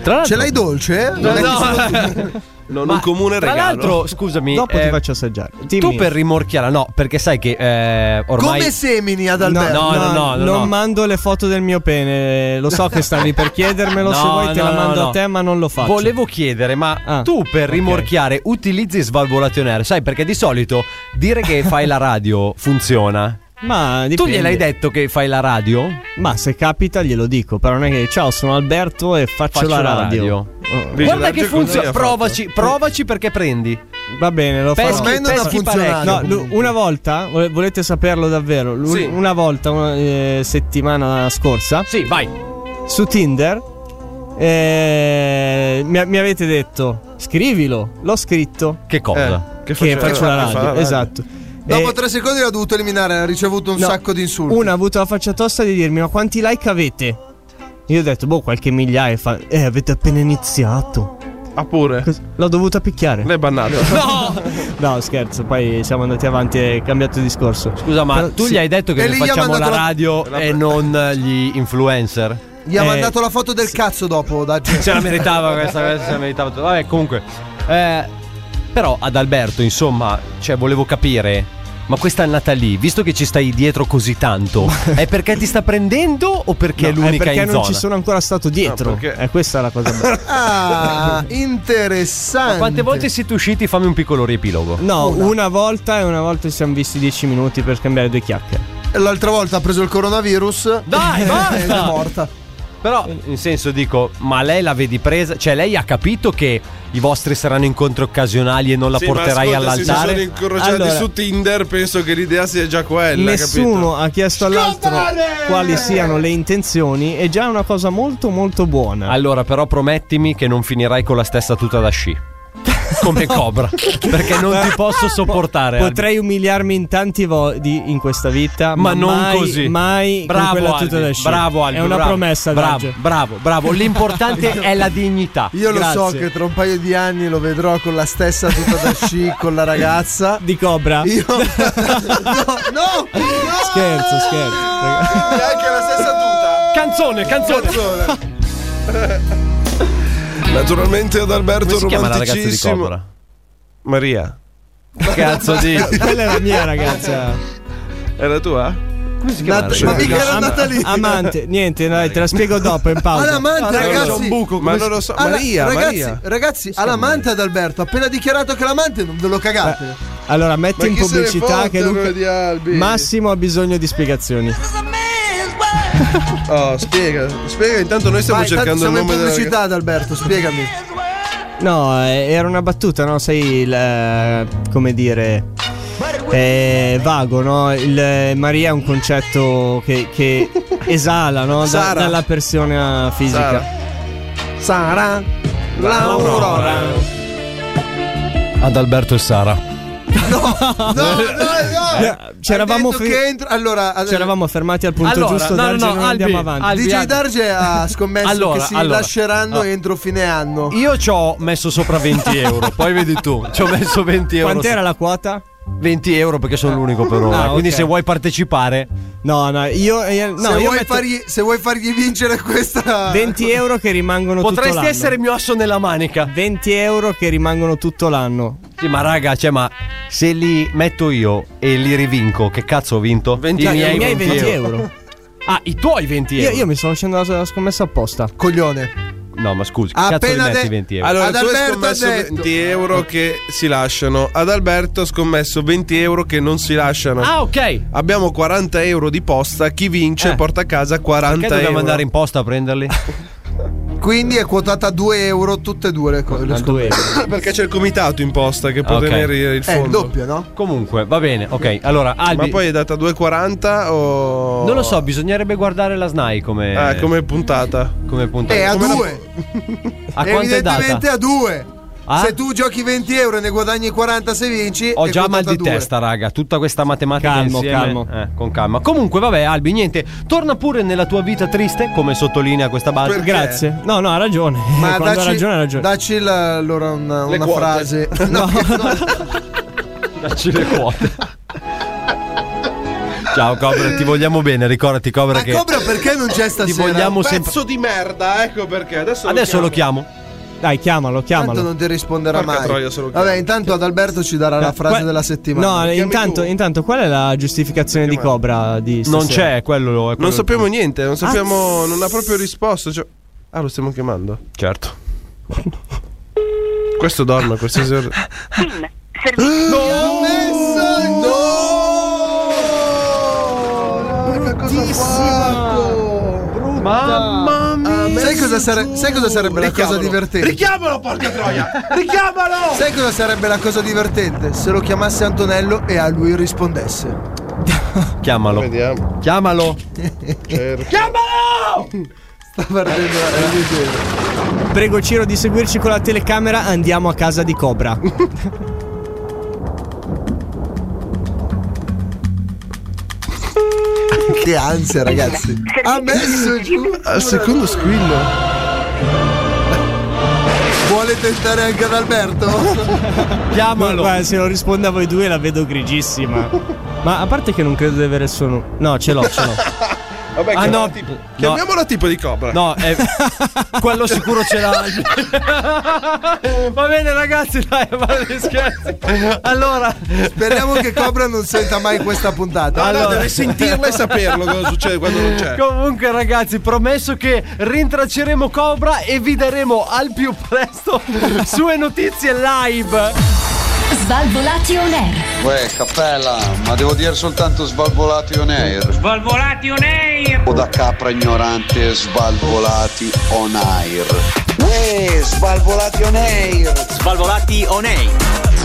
Speaker 4: Tra l'altro,
Speaker 15: Ce l'hai dolce? Non è che sono-
Speaker 3: Non un comune
Speaker 4: tra
Speaker 3: regalo.
Speaker 4: l'altro, scusami.
Speaker 9: Dopo ti
Speaker 4: eh,
Speaker 9: faccio assaggiare.
Speaker 4: tu
Speaker 9: Dimmi.
Speaker 4: per rimorchiare, no, perché sai che eh, ormai.
Speaker 15: Come semini Adalberto?
Speaker 4: No, no, no, no,
Speaker 9: non
Speaker 4: no.
Speaker 9: mando le foto del mio pene. Lo so che stavi per chiedermelo. se
Speaker 4: No,
Speaker 9: vuoi, te
Speaker 4: no,
Speaker 9: la
Speaker 4: no,
Speaker 9: mando
Speaker 4: no.
Speaker 9: a te, ma non lo faccio.
Speaker 4: Volevo chiedere, ma
Speaker 9: Ah,
Speaker 4: tu per
Speaker 9: ok.
Speaker 4: rimorchiare utilizzi Svalvolation Air? Sai, perché di solito dire che fai la radio funziona.
Speaker 9: Ma
Speaker 4: Tu
Speaker 9: dipende.
Speaker 4: gliel'hai detto che fai la radio?
Speaker 9: Ma se capita, glielo dico. Però non è che ciao, sono Alberto e faccio,
Speaker 4: Faccio
Speaker 9: la
Speaker 4: la
Speaker 9: radio. Oh,
Speaker 3: Invece
Speaker 4: Guarda
Speaker 3: Darge
Speaker 4: che
Speaker 3: così
Speaker 4: funziona.
Speaker 3: ha fatto.
Speaker 4: Provaci, provaci perché prendi.
Speaker 9: Va bene, lo farò.
Speaker 4: Peschi,
Speaker 15: ormai non ha
Speaker 4: peschi
Speaker 15: funzionato.
Speaker 4: parecchio.
Speaker 9: No, lu- una volta, vole- volete saperlo davvero? Lu-
Speaker 3: Sì.
Speaker 9: Una volta, una eh, settimana scorsa,
Speaker 4: Sì, vai.
Speaker 9: su Tinder eh, mi, mi avete detto scrivilo, l'ho scritto
Speaker 4: Che cosa?
Speaker 3: Eh, che
Speaker 9: che faccio la radio,
Speaker 3: fa-
Speaker 9: esatto.
Speaker 4: Eh.
Speaker 15: Dopo
Speaker 9: E-
Speaker 15: tre secondi l'ho dovuto eliminare, ha ricevuto un
Speaker 9: no,
Speaker 15: sacco di insulti.
Speaker 9: Una ha avuto la faccia tosta di dirmi ma quanti like avete? Io ho detto boh qualche migliaia fa, eh avete appena iniziato.
Speaker 3: Ah, pure.
Speaker 9: Cos- L'ho dovuta picchiare.
Speaker 3: L'hai bannato.
Speaker 9: No scherzo, poi siamo andati avanti e è cambiato discorso.
Speaker 4: Scusa, ma
Speaker 9: Però-
Speaker 4: tu
Speaker 9: sì.
Speaker 4: gli hai detto che
Speaker 15: E
Speaker 4: noi
Speaker 15: lì gli ha
Speaker 4: facciamo la
Speaker 15: mandato la-
Speaker 4: radio e non eh, gli influencer?
Speaker 15: Gli ha
Speaker 9: eh,
Speaker 15: mandato la foto del cazzo dopo, da
Speaker 4: Se la meritava questa, questa se la meritava. tutta. Vabbè, comunque. eh, però ad Alberto, insomma, cioè, volevo capire. ma questa nata lì, visto che ci stai dietro così tanto, è perché ti sta prendendo o perché è
Speaker 9: No,
Speaker 4: l'unica
Speaker 9: perché
Speaker 4: in
Speaker 9: non
Speaker 4: zona?
Speaker 9: ci sono ancora stato dietro.
Speaker 4: No, perché-
Speaker 9: È questa la cosa bella.
Speaker 5: Ah, interessante.
Speaker 4: Ma quante volte siete usciti? Fammi un piccolo riepilogo.
Speaker 9: No, una. volta e una volta ci siamo visti dieci minuti per cambiare due chiacchiere.
Speaker 5: E L'altra volta ha preso il coronavirus.
Speaker 4: Dai, basta!
Speaker 5: Ed è morta.
Speaker 4: Però, in senso dico, ma lei la vedi presa? Cioè, lei ha capito che i vostri saranno incontri occasionali e non la
Speaker 14: Sì, ma
Speaker 4: porterai
Speaker 14: ascolta, Se
Speaker 4: all'altare?
Speaker 14: si sono incrociati
Speaker 4: Allora,
Speaker 14: su Tinder, penso che l'idea sia già quella.
Speaker 9: Nessuno
Speaker 14: capito?
Speaker 9: ha chiesto all'altro
Speaker 14: Scopare!
Speaker 9: quali siano le intenzioni. È già una cosa molto, molto buona.
Speaker 4: allora, però promettimi che non finirai con la stessa tuta da sci. Come Cobra. perché non Ah, ti posso sopportare. Albi.
Speaker 9: Eh, Potrei umiliarmi in tanti modi in questa vita, ma,
Speaker 4: Ma non
Speaker 9: mai,
Speaker 4: così.
Speaker 9: Mai con
Speaker 4: Bravo,
Speaker 9: quella tuta
Speaker 4: Albi,
Speaker 9: da sci.
Speaker 4: bravo, Albi,
Speaker 9: È una
Speaker 4: bravo,
Speaker 9: promessa,
Speaker 4: bravo,
Speaker 9: Daggio.
Speaker 4: bravo, bravo. L'importante è la dignità.
Speaker 5: Io lo so
Speaker 4: Grazie.
Speaker 5: che tra un paio di anni lo vedrò con la stessa tuta da sci con la ragazza.
Speaker 9: Di Cobra?
Speaker 5: Io... No, no,
Speaker 9: Scherzo, scherzo.
Speaker 5: E anche la stessa tuta.
Speaker 4: Canzone, canzone.
Speaker 14: Naturalmente ad Alberto
Speaker 4: Come si chiama la ragazza di
Speaker 14: romanticissimo.
Speaker 4: Cobra?
Speaker 14: Maria.
Speaker 4: Cazzo di.
Speaker 9: Quella era mia ragazza.
Speaker 14: Era tua?
Speaker 4: Come si
Speaker 14: chiama la
Speaker 9: Nat-
Speaker 14: ragazza?
Speaker 9: Am- Amante, niente, dai, te la spiego dopo in pausa.
Speaker 5: All'amante, ragazzi,
Speaker 14: ma non lo so.
Speaker 5: Alla-
Speaker 14: Maria,
Speaker 5: ragazzi,
Speaker 14: Maria.
Speaker 5: ragazzi, all'amante ad Alberto, appena dichiarato che è l'amante, non ve lo cagate.
Speaker 9: Allora, metti
Speaker 5: Ma
Speaker 9: in
Speaker 5: chi se ne
Speaker 9: pubblicità
Speaker 5: fotte
Speaker 9: che
Speaker 5: noi di
Speaker 9: Luca...
Speaker 5: Albi?
Speaker 9: Massimo ha bisogno di spiegazioni.
Speaker 14: Oh, spiega. Spiega, intanto noi stiamo
Speaker 5: Vai, tanto
Speaker 14: cercando il
Speaker 5: siamo in
Speaker 14: nome della
Speaker 5: pubblicità ad Alberto, spiegami.
Speaker 9: No, eh, era una battuta, no? Sai, il, eh, come dire, eh, vago, no? Il, eh, Maria è un concetto che, che esala, no? Da-
Speaker 5: Sara.
Speaker 9: dalla persona fisica.
Speaker 5: Sara,
Speaker 9: L'Aurora.
Speaker 4: Ad Alberto e Sara.
Speaker 5: No, no, no.
Speaker 9: Eh, c'eravamo
Speaker 5: Detto
Speaker 9: fe-
Speaker 5: che entra- allora, ad-
Speaker 9: Ci eravamo fermati al punto
Speaker 5: Allora,
Speaker 9: giusto,
Speaker 5: no, no,
Speaker 9: Darge,
Speaker 5: no,
Speaker 9: non
Speaker 5: Albi,
Speaker 9: andiamo avanti.
Speaker 5: DJ Darge ha scommesso
Speaker 4: Allora,
Speaker 5: che si
Speaker 4: allora.
Speaker 5: lasceranno
Speaker 4: Ah.
Speaker 5: entro fine anno.
Speaker 4: Io ci ho messo sopra 20 euro, poi vedi tu, ci ho messo 20 euro.
Speaker 9: Quant'era la quota?
Speaker 4: 20 euro perché sono l'unico per ora.
Speaker 9: Ah, ok.
Speaker 4: Quindi se vuoi partecipare,
Speaker 9: No, no, io. io- no,
Speaker 5: se,
Speaker 9: io
Speaker 5: vuoi
Speaker 9: metto
Speaker 5: fargli, se vuoi fargli vincere questa
Speaker 9: 20 euro che rimangono tutto
Speaker 4: potresti
Speaker 9: l'anno.
Speaker 4: essere il mio asso nella manica.
Speaker 9: 20 euro che rimangono tutto l'anno.
Speaker 4: Sì, ma raga, cioè, ma se li metto io e li rivinco, che cazzo ho vinto? 20
Speaker 9: Cioè, i miei 20 euro.
Speaker 4: Ah, i tuoi 20
Speaker 9: Io,
Speaker 4: euro.
Speaker 9: io mi sono scendo la, la scommessa apposta.
Speaker 5: Coglione.
Speaker 4: No, ma scusi, che cazzo li
Speaker 5: Appena
Speaker 4: metti
Speaker 5: de-
Speaker 4: 20 euro?
Speaker 14: Allora,
Speaker 5: Ad
Speaker 14: tu hai
Speaker 5: Alberto
Speaker 14: scommesso
Speaker 5: ha detto.
Speaker 14: 20 euro che si lasciano. Ad Alberto ha scommesso 20 euro che non si lasciano.
Speaker 4: Ah, ok.
Speaker 14: Abbiamo 40 euro di posta. Chi vince
Speaker 4: Eh.
Speaker 14: porta a casa
Speaker 4: Perché
Speaker 14: 40
Speaker 4: dobbiamo
Speaker 14: euro.
Speaker 4: andare in posta a prenderli?
Speaker 5: Quindi è quotata 2 euro tutte e due le cose. le scommesse.
Speaker 14: Perché c'è il comitato in posta che può
Speaker 4: Ok.
Speaker 14: tenere
Speaker 9: Eh,
Speaker 14: il
Speaker 5: È il
Speaker 14: fondo.
Speaker 5: doppio, no?
Speaker 4: Comunque, va bene, ok. Allora, Albi,
Speaker 14: Ma poi è data 2,40 o.
Speaker 4: non lo so, bisognerebbe guardare la SNAI come,
Speaker 14: Ah, come puntata.
Speaker 4: come punto.
Speaker 9: Eh,
Speaker 5: È Eh, a
Speaker 14: Come la-
Speaker 5: 2.
Speaker 4: A quanto è data?
Speaker 5: Evidentemente a 2.
Speaker 4: Ah?
Speaker 5: Se tu giochi 20 euro e ne guadagni 40 se vinci,
Speaker 4: Ho
Speaker 5: è
Speaker 4: già
Speaker 5: quotata
Speaker 4: mal di
Speaker 5: due.
Speaker 4: testa, raga. Tutta questa matematica
Speaker 9: Calmo,
Speaker 4: insieme.
Speaker 9: calmo.
Speaker 4: Eh, con calma. Comunque, vabbè, Albi, niente. Torna pure nella tua vita triste, come sottolinea questa base.
Speaker 5: Perché?
Speaker 9: Grazie. No, no, ha ragione.
Speaker 5: Ma
Speaker 9: Quando
Speaker 5: dacci,
Speaker 9: ha ragione, ha ragione.
Speaker 5: dacci la- allora una, una
Speaker 14: quote.
Speaker 5: frase.
Speaker 9: No.
Speaker 4: Dacci le quote. Ciao Cobra, ti vogliamo bene, ricordati Cobra
Speaker 5: Ma
Speaker 4: che
Speaker 5: Ah, Cobra perché non c'è stasera?
Speaker 4: ti vogliamo sempre.
Speaker 14: Pezzo di merda, ecco perché. Adesso,
Speaker 4: Adesso lo chiamo.
Speaker 9: Dai, chiamalo,
Speaker 5: Tanto
Speaker 9: chiamalo.
Speaker 5: non ti risponderà
Speaker 14: Porca
Speaker 5: mai.
Speaker 14: troia, sono
Speaker 5: Vabbè, intanto ad Alberto ci darà la frase
Speaker 9: Que-
Speaker 5: della settimana.
Speaker 9: No, intanto, intanto, qual è la giustificazione di Cobra di stasera?
Speaker 4: Non c'è quello, è quello-
Speaker 14: Non sappiamo niente, non sappiamo.
Speaker 5: Ah.
Speaker 14: Non ha proprio risposto. cioè- Ah, lo stiamo chiamando.
Speaker 4: Certo.
Speaker 14: Questo dorme, questo si...
Speaker 4: Mamma mia.
Speaker 5: Sai cosa, sare- sai cosa sarebbe la cosa divertente?
Speaker 14: Richiamalo, porca troia! Richiamalo!
Speaker 5: Sai cosa sarebbe la cosa divertente? Se lo chiamasse Antonello e a lui rispondesse.
Speaker 4: Chiamalo.
Speaker 14: Vediamo.
Speaker 4: Chiamalo.
Speaker 9: Certo.
Speaker 14: Chiamalo!
Speaker 5: Sta perdendo la la-
Speaker 9: Prego Ciro di seguirci con la telecamera, andiamo a casa di Cobra.
Speaker 5: Che ansia, ragazzi.
Speaker 3: Ah,
Speaker 5: Ha messo giù.
Speaker 14: Al secondo squillo.
Speaker 5: Vuole tentare anche ad Alberto?
Speaker 4: Chiamalo.
Speaker 9: Guarda, se non risponde a voi due la vedo grigissima. Ma a parte che non credo di avere il suo nu- No, ce l'ho, ce l'ho.
Speaker 24: Vabbè,
Speaker 4: Ah,
Speaker 24: chiamiamola
Speaker 4: no.
Speaker 24: tipo, chiamiamola tipo di Cobra.
Speaker 4: No, eh, è- quello sicuro ce l'ha. Va bene, ragazzi, dai, a parte gli scherzi. Allora,
Speaker 5: Speriamo che Cobra non senta mai questa puntata.
Speaker 4: Allora- Comunque, ragazzi, promesso che rintracceremo Cobra e vi daremo al più presto sue notizie live.
Speaker 8: Svalvolati on air.
Speaker 13: Uè, cappella, ma devo dire soltanto svalvolati on air.
Speaker 25: Svalvolati on air.
Speaker 13: O da capra ignorante, svalvolati on air.
Speaker 3: Eh,
Speaker 7: Uè, svalvolati on air! Svalvolati on air!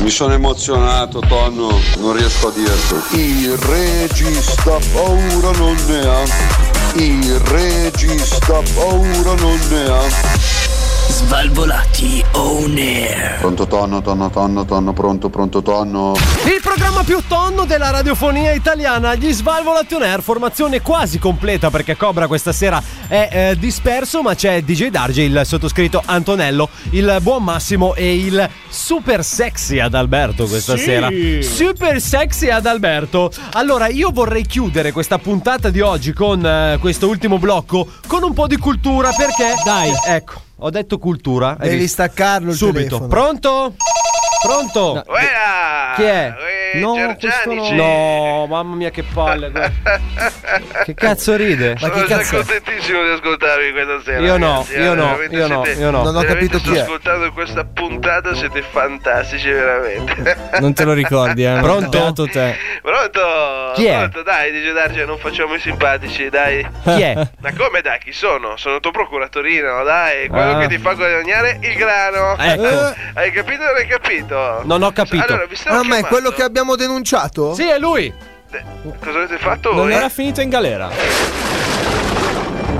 Speaker 13: Mi sono emozionato, Tonno, non riesco a dirlo. Il regista paura non ne ha. Il regista paura non ne ha.
Speaker 26: Svalvolati on air.
Speaker 13: Pronto tonno, tonno, tonno, tonno, pronto, pronto tonno.
Speaker 4: Il programma più tonno della radiofonia italiana, gli Svalvolati on Air, formazione quasi completa perché Cobra questa sera è eh, disperso, ma c'è DJ Darge, il sottoscritto Antonello, il buon Massimo e il super sexy ad Alberto questa
Speaker 25: Sì.
Speaker 4: sera. Super sexy ad Alberto. Allora, io vorrei chiudere questa puntata di oggi con eh, questo ultimo blocco con un po' di cultura perché dai, ecco, ho detto cultura, hai
Speaker 5: Devi
Speaker 4: visto?
Speaker 5: staccarlo il
Speaker 4: Subito.
Speaker 5: telefono.
Speaker 4: Pronto? Pronto?
Speaker 3: Ah,
Speaker 4: Chi è?
Speaker 3: eh,
Speaker 4: no, questo no. No, mamma mia che palle. guarda. che cazzo ride? Ma che cazzo?
Speaker 3: contentissimo di ascoltarvi questa sera.
Speaker 4: Io no,
Speaker 3: ragazzi,
Speaker 4: io no,
Speaker 3: veramente
Speaker 4: io no,
Speaker 3: siete-
Speaker 4: io no. Non ho
Speaker 3: veramente
Speaker 4: capito chi
Speaker 3: sto
Speaker 4: è.
Speaker 3: ascoltando questa puntata, siete fantastici veramente.
Speaker 9: Non te lo ricordi, eh?
Speaker 3: Pronto?
Speaker 9: Beato te.
Speaker 3: Pronto?
Speaker 9: Chi è?
Speaker 3: Pronto, dai, dice Darge, non facciamo i simpatici, dai.
Speaker 9: Chi è?
Speaker 3: Ma come dai, chi sono? Sono tuo procuratorino, dai. Quello
Speaker 4: Ah.
Speaker 3: che ti fa guadagnare il grano.
Speaker 4: Ecco.
Speaker 3: Hai capito o non hai capito?
Speaker 4: Non ho capito.
Speaker 3: Allora, vi stavo
Speaker 5: Ah, ma è
Speaker 3: chiamando-
Speaker 5: quello che abbiamo denunciato?
Speaker 4: Sì, è lui.
Speaker 3: Cosa avete fatto eh.
Speaker 9: Non
Speaker 3: voi?
Speaker 9: era finito in galera.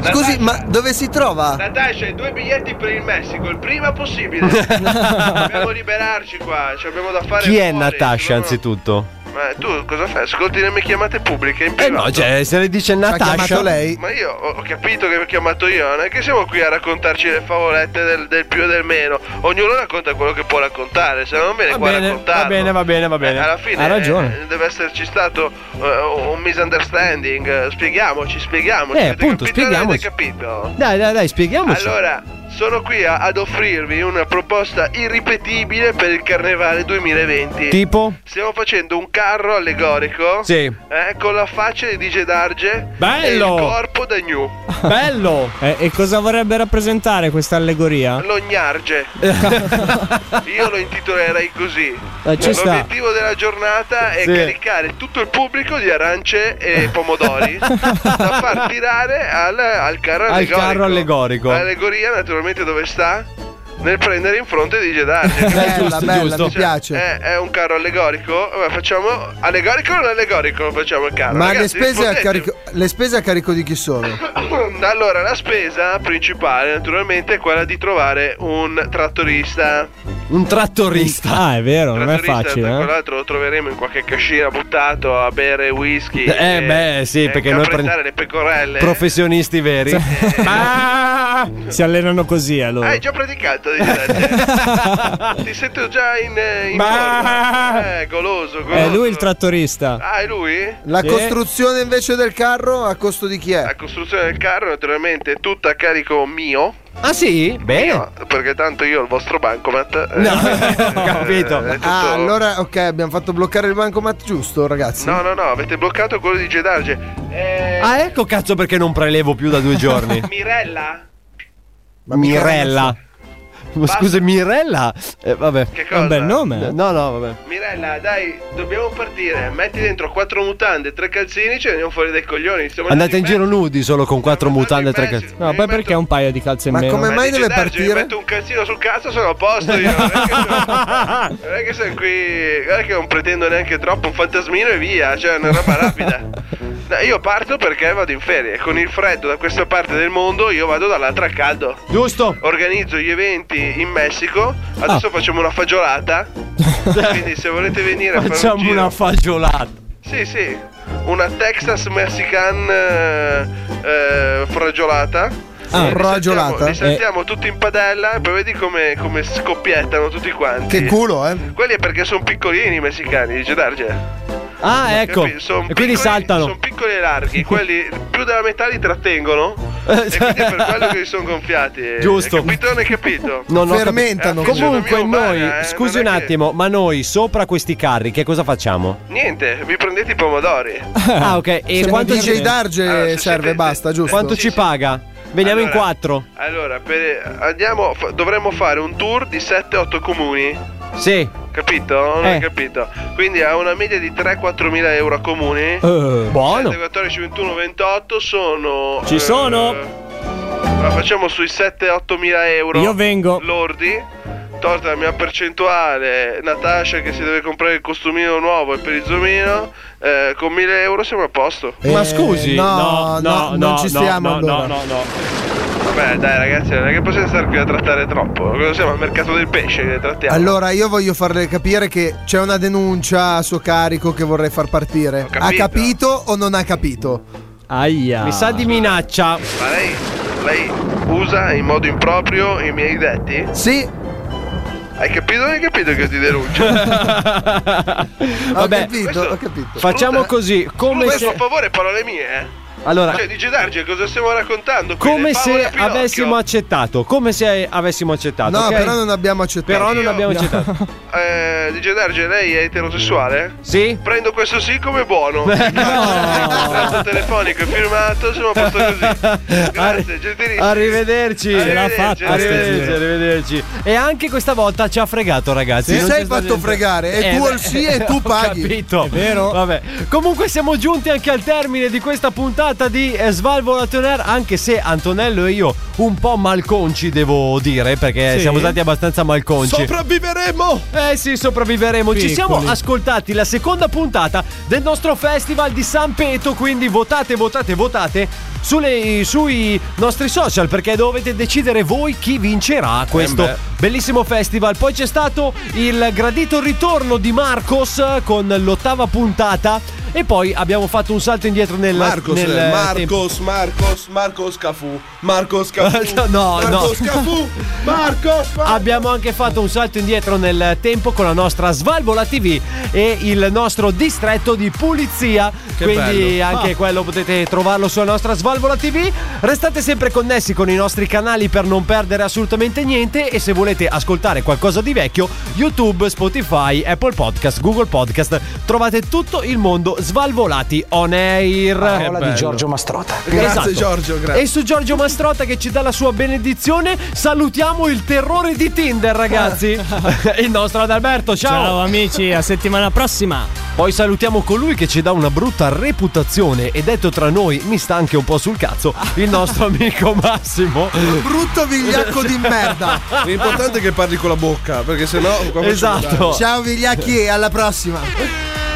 Speaker 5: Scusi, ma dove si trova?
Speaker 3: Natasha, hai due biglietti per il Messico, il prima possibile. Dobbiamo liberarci qua, ci abbiamo da fare
Speaker 4: Chi è
Speaker 3: fuori.
Speaker 4: Natasha anzitutto?
Speaker 3: Ma tu cosa fai? Ascolti le mie chiamate pubbliche in
Speaker 4: Eh
Speaker 3: privato.
Speaker 4: no, cioè, se le dice Natasha.
Speaker 3: Ma io ho ho capito che mi ha chiamato io, non è che siamo qui a raccontarci le favolette del, del più e del meno. Ognuno racconta quello che può raccontare, se no non viene
Speaker 4: Va
Speaker 3: qua a
Speaker 4: bene,
Speaker 3: raccontarlo.
Speaker 4: va bene, va bene, va bene.
Speaker 3: Eh, Alla fine
Speaker 4: ha ragione.
Speaker 3: eh, deve esserci stato eh, un misunderstanding. eh, Spieghiamoci, spieghiamoci.
Speaker 4: Eh,
Speaker 3: Avete
Speaker 4: appunto,
Speaker 3: capito o non avete
Speaker 4: spieghiamoci.
Speaker 3: capito?
Speaker 4: Dai, dai, dai, spieghiamoci.
Speaker 3: Allora, sono qui a- ad offrirvi una proposta irripetibile per il carnevale 2020.
Speaker 4: Tipo?
Speaker 3: Stiamo facendo un carro allegorico.
Speaker 4: Sì.
Speaker 3: eh, con la faccia di DJ Darge.
Speaker 9: Bello!
Speaker 3: E il corpo da Gnu.
Speaker 4: Bello!
Speaker 9: e, Eh, e cosa vorrebbe rappresentare questa allegoria?
Speaker 4: Eh
Speaker 3: Lognarge. Io lo intitolerei così.
Speaker 9: Eh, ci sta.
Speaker 3: L'obiettivo della giornata è
Speaker 9: Sì.
Speaker 3: caricare tutto il pubblico di arance e pomodori da far tirare al, al carro
Speaker 4: Al
Speaker 3: allegorico.
Speaker 4: carro allegorico.
Speaker 3: L'allegoria naturalmente dove sta? Nel prendere in fronte di Jedi.
Speaker 4: Bella, Giusto, bella, giusto.
Speaker 3: Cioè,
Speaker 4: mi piace.
Speaker 3: È, è un carro allegorico? Vabbè, facciamo allegorico o non allegorico? Lo Facciamo il carro.
Speaker 5: ma le,
Speaker 3: Ragazzi,
Speaker 5: spese a
Speaker 3: potete-
Speaker 5: carico, le spese a carico di chi sono?
Speaker 3: allora, la spesa principale naturalmente è quella di trovare un trattorista.
Speaker 4: Un trattorista.
Speaker 9: Ah, è vero, non è
Speaker 3: Trattorista, Tra
Speaker 9: facile. Eh?
Speaker 3: l'altro lo troveremo in qualche cascina buttato a bere whisky.
Speaker 4: Eh,
Speaker 3: e-
Speaker 4: beh, sì,
Speaker 3: e
Speaker 4: perché noi
Speaker 3: caprettare
Speaker 4: prendi-
Speaker 3: le pecorelle. Ah!
Speaker 4: Professionisti veri.
Speaker 9: Si allenano così allora.
Speaker 3: Hai già praticato di te? Ti sento già in, in forma. Eh, goloso, goloso.
Speaker 9: È lui il trattorista.
Speaker 3: Ah, è lui?
Speaker 5: La costruzione invece del carro a costo di chi è?
Speaker 3: La costruzione del carro naturalmente è tutta a carico mio.
Speaker 4: Ah sì?
Speaker 3: Bene. Perché tanto io ho il vostro bancomat. eh,
Speaker 4: capito.
Speaker 3: è eh, tutto-
Speaker 5: Ah, allora, ok, abbiamo fatto bloccare il bancomat giusto, ragazzi.
Speaker 3: No, no, no, avete bloccato quello di Gedarge.
Speaker 4: Ah, ecco cazzo perché non prelevo più da due giorni.
Speaker 3: Mirella?
Speaker 4: Mirella. Ma scusa, Mirella? Eh, vabbè.
Speaker 3: Che cosa? È un bel nome, eh.
Speaker 4: No, no, vabbè.
Speaker 3: Mirella, dai, dobbiamo partire. Metti dentro quattro mutande, tre calzini, ce ne andiamo fuori dai coglioni. Siamo
Speaker 4: Andate in
Speaker 3: andati
Speaker 4: giro nudi solo con quattro mutande e tre cazzo.
Speaker 9: No, poi perché un paio di calze in meno?
Speaker 3: Ma dice Darge, Mi metto un calzino sul cazzo, sono a posto io. Non è che sono, non è che sono qui. Guarda che non pretendo neanche troppo un fantasmino e via. Cioè, è una roba rapida. No, io parto perché vado in ferie. Con il freddo da questa parte del mondo, io vado dall'altra al caldo.
Speaker 4: Giusto? Ah.
Speaker 3: Organizzo gli eventi in Messico. Adesso facciamo una fagiolata. Quindi, se volete venire a fare un
Speaker 4: Facciamo
Speaker 3: giro,
Speaker 4: una fagiolata.
Speaker 3: sì, sì, una Texas Mexican eh, eh, fragiolata.
Speaker 5: Ah,
Speaker 3: Li
Speaker 5: fragiolata?
Speaker 3: saltiamo- Li
Speaker 5: Eh.
Speaker 3: saltiamo tutti in padella e poi vedi come, come scoppiettano tutti quanti.
Speaker 5: Che culo, eh?
Speaker 3: Quelli è perché sono piccolini i messicani, dice Darge.
Speaker 4: Ah, ecco.
Speaker 3: Capi? Son
Speaker 4: E quindi
Speaker 3: piccoli-
Speaker 4: saltano.
Speaker 3: Sono piccoli e larghi, quelli più della metà li trattengono. e quindi è per quello che li sono gonfiati.
Speaker 4: Giusto.
Speaker 3: Hai capito? Non hai capito? Eh,
Speaker 4: Non ho Eh, cap-
Speaker 3: È una
Speaker 4: Comunque,
Speaker 3: fisionomia umana,
Speaker 4: noi,
Speaker 3: eh,
Speaker 4: scusi
Speaker 3: non
Speaker 4: un
Speaker 3: è che-
Speaker 4: attimo, ma noi sopra questi carri che cosa facciamo?
Speaker 3: Niente, vi prendete i pomodori.
Speaker 4: Ah, ok. E
Speaker 3: Siamo
Speaker 4: quanto
Speaker 3: DJ
Speaker 4: ci-
Speaker 3: Darge Allora, se serve, siete- basta, giusto?
Speaker 4: Quanto
Speaker 3: Sì,
Speaker 4: ci
Speaker 3: sì.
Speaker 4: paga? Veniamo in
Speaker 3: Allora,
Speaker 4: quattro.
Speaker 3: Allora, per- andiamo, fa- dovremmo fare un tour di 7-8 comuni.
Speaker 4: Sì.
Speaker 3: Capito? Non
Speaker 4: Eh.
Speaker 3: hai capito. Quindi ha una media di 3-4 mila euro a comuni.
Speaker 4: buono.
Speaker 3: 7, 14, 21, 28 sono.
Speaker 9: Ci sono.
Speaker 3: La facciamo sui 7-8 mila euro.
Speaker 9: Io vengo.
Speaker 3: Lordi. Tolta la mia percentuale, Natasha che si deve comprare il costumino nuovo e per il zoomino, eh, con 1000 euro siamo a posto.
Speaker 4: Ma scusi,
Speaker 5: no, no, non ci stiamo, allora.
Speaker 3: Beh, dai ragazzi, non è che possiamo stare qui a trattare troppo. Cosa siamo al mercato del pesce che trattiamo?
Speaker 5: Allora, io voglio farle capire che c'è una denuncia a suo carico che vorrei far partire. Ha
Speaker 3: capito.
Speaker 5: capito o non ha capito?
Speaker 9: Aia.
Speaker 4: Mi sa di minaccia.
Speaker 3: Ma lei, lei usa in modo improprio i miei detti?
Speaker 5: Sì.
Speaker 3: Hai capito o non hai capito che io ti denuncio?
Speaker 4: Vabbè,
Speaker 3: Questo-
Speaker 4: Facciamo
Speaker 3: Sfrutta-
Speaker 4: così, come
Speaker 3: Sfrutta,
Speaker 4: se-
Speaker 3: per favore, parole mie, eh.
Speaker 4: Allora-
Speaker 3: Cioè, dice Darge, cosa stiamo raccontando? qui?
Speaker 4: come
Speaker 3: Le favole
Speaker 4: se
Speaker 3: a Pinocchio?
Speaker 4: avessimo accettato, come se avessimo accettato.
Speaker 5: No,
Speaker 4: ok?
Speaker 5: però non abbiamo accettato.
Speaker 4: Però non abbiamo accettato.
Speaker 3: Eh, dice Darge, lei è eterosessuale?
Speaker 4: Sì.
Speaker 3: Prendo questo sì come buono. no. Contratto telefonico è firmato, sono a posto così. Grazie, gentilissimo.
Speaker 4: Arrivederci.
Speaker 3: Ce l'ha fatta,
Speaker 4: Arrivederci,
Speaker 3: sta
Speaker 4: arrivederci. E anche questa volta ci ha fregato, ragazzi.
Speaker 5: Ti
Speaker 4: Non
Speaker 5: sei
Speaker 4: c'è stato niente.
Speaker 5: fatto
Speaker 4: Eh,
Speaker 5: fregare, è tu
Speaker 4: beh,
Speaker 5: il sì e tu
Speaker 4: ho
Speaker 5: paghi.
Speaker 4: Capito.
Speaker 5: È vero.
Speaker 4: Vabbè. Comunque siamo giunti anche al termine di questa puntata di eh, Svalvolato on Air, anche se Antonello e io un po' malconci devo dire, perché
Speaker 13: Sì.
Speaker 4: siamo stati abbastanza malconci.
Speaker 13: Sopravviveremo!
Speaker 4: Eh sì, sopravviveremo. Ci siamo ascoltati la seconda puntata del nostro festival di San Peto, quindi votate, votate, votate sulle- sui nostri social perché dovete decidere voi chi vincerà questo
Speaker 13: Eh beh.
Speaker 4: bellissimo festival. Poi c'è stato il gradito ritorno di Marcos con l'ottava puntata e poi abbiamo fatto un salto indietro nel...
Speaker 13: Marcos,
Speaker 4: nel
Speaker 13: eh,
Speaker 4: tempo.
Speaker 13: Marcos, Marcos, Marcos Cafu, Marcos Cafu,
Speaker 4: No, no.
Speaker 13: Marcos Cafu, Marcos,
Speaker 4: Abbiamo anche fatto un salto indietro nel tempo con la nostra Svalvola TV e il nostro distretto di pulizia.
Speaker 13: Che
Speaker 4: Quindi
Speaker 13: bello.
Speaker 4: anche
Speaker 13: Ah.
Speaker 4: quello potete trovarlo sulla nostra Svalvola TV. Restate sempre connessi con i nostri canali per non perdere assolutamente niente e se volete ascoltare qualcosa di vecchio, YouTube, Spotify, Apple Podcast, Google Podcast, trovate tutto il mondo Svalvolati on air.
Speaker 13: Parola di Giorgio
Speaker 4: Mastrota.
Speaker 13: Grazie, Giorgio, grazie.
Speaker 4: Eh, Esatto. E su Giorgio Mastrota che ci dà la sua benedizione, salutiamo il terrore di Tinder, ragazzi. il nostro Adalberto, ciao.
Speaker 9: Ciao amici, a settimana prossima.
Speaker 4: Poi salutiamo colui che ci dà una brutta reputazione e detto tra noi mi sta anche un po' sul cazzo, il nostro amico Massimo.
Speaker 5: Brutto vigliacco di merda.
Speaker 13: L'importante è che parli con la bocca, perché sennò qua faccio
Speaker 4: Esatto.
Speaker 13: male.
Speaker 5: Ciao vigliacchi, alla prossima.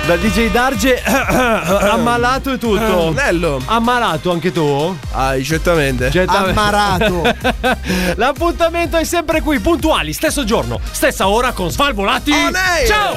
Speaker 4: Da DJ Darge ammalato e tutto.
Speaker 13: Nello.
Speaker 4: Ammalato anche tu?
Speaker 13: Ah, certamente.
Speaker 5: Ammarato.
Speaker 4: L'appuntamento è sempre qui, puntuali, stesso giorno, stessa ora con Svalvolati. Ciao!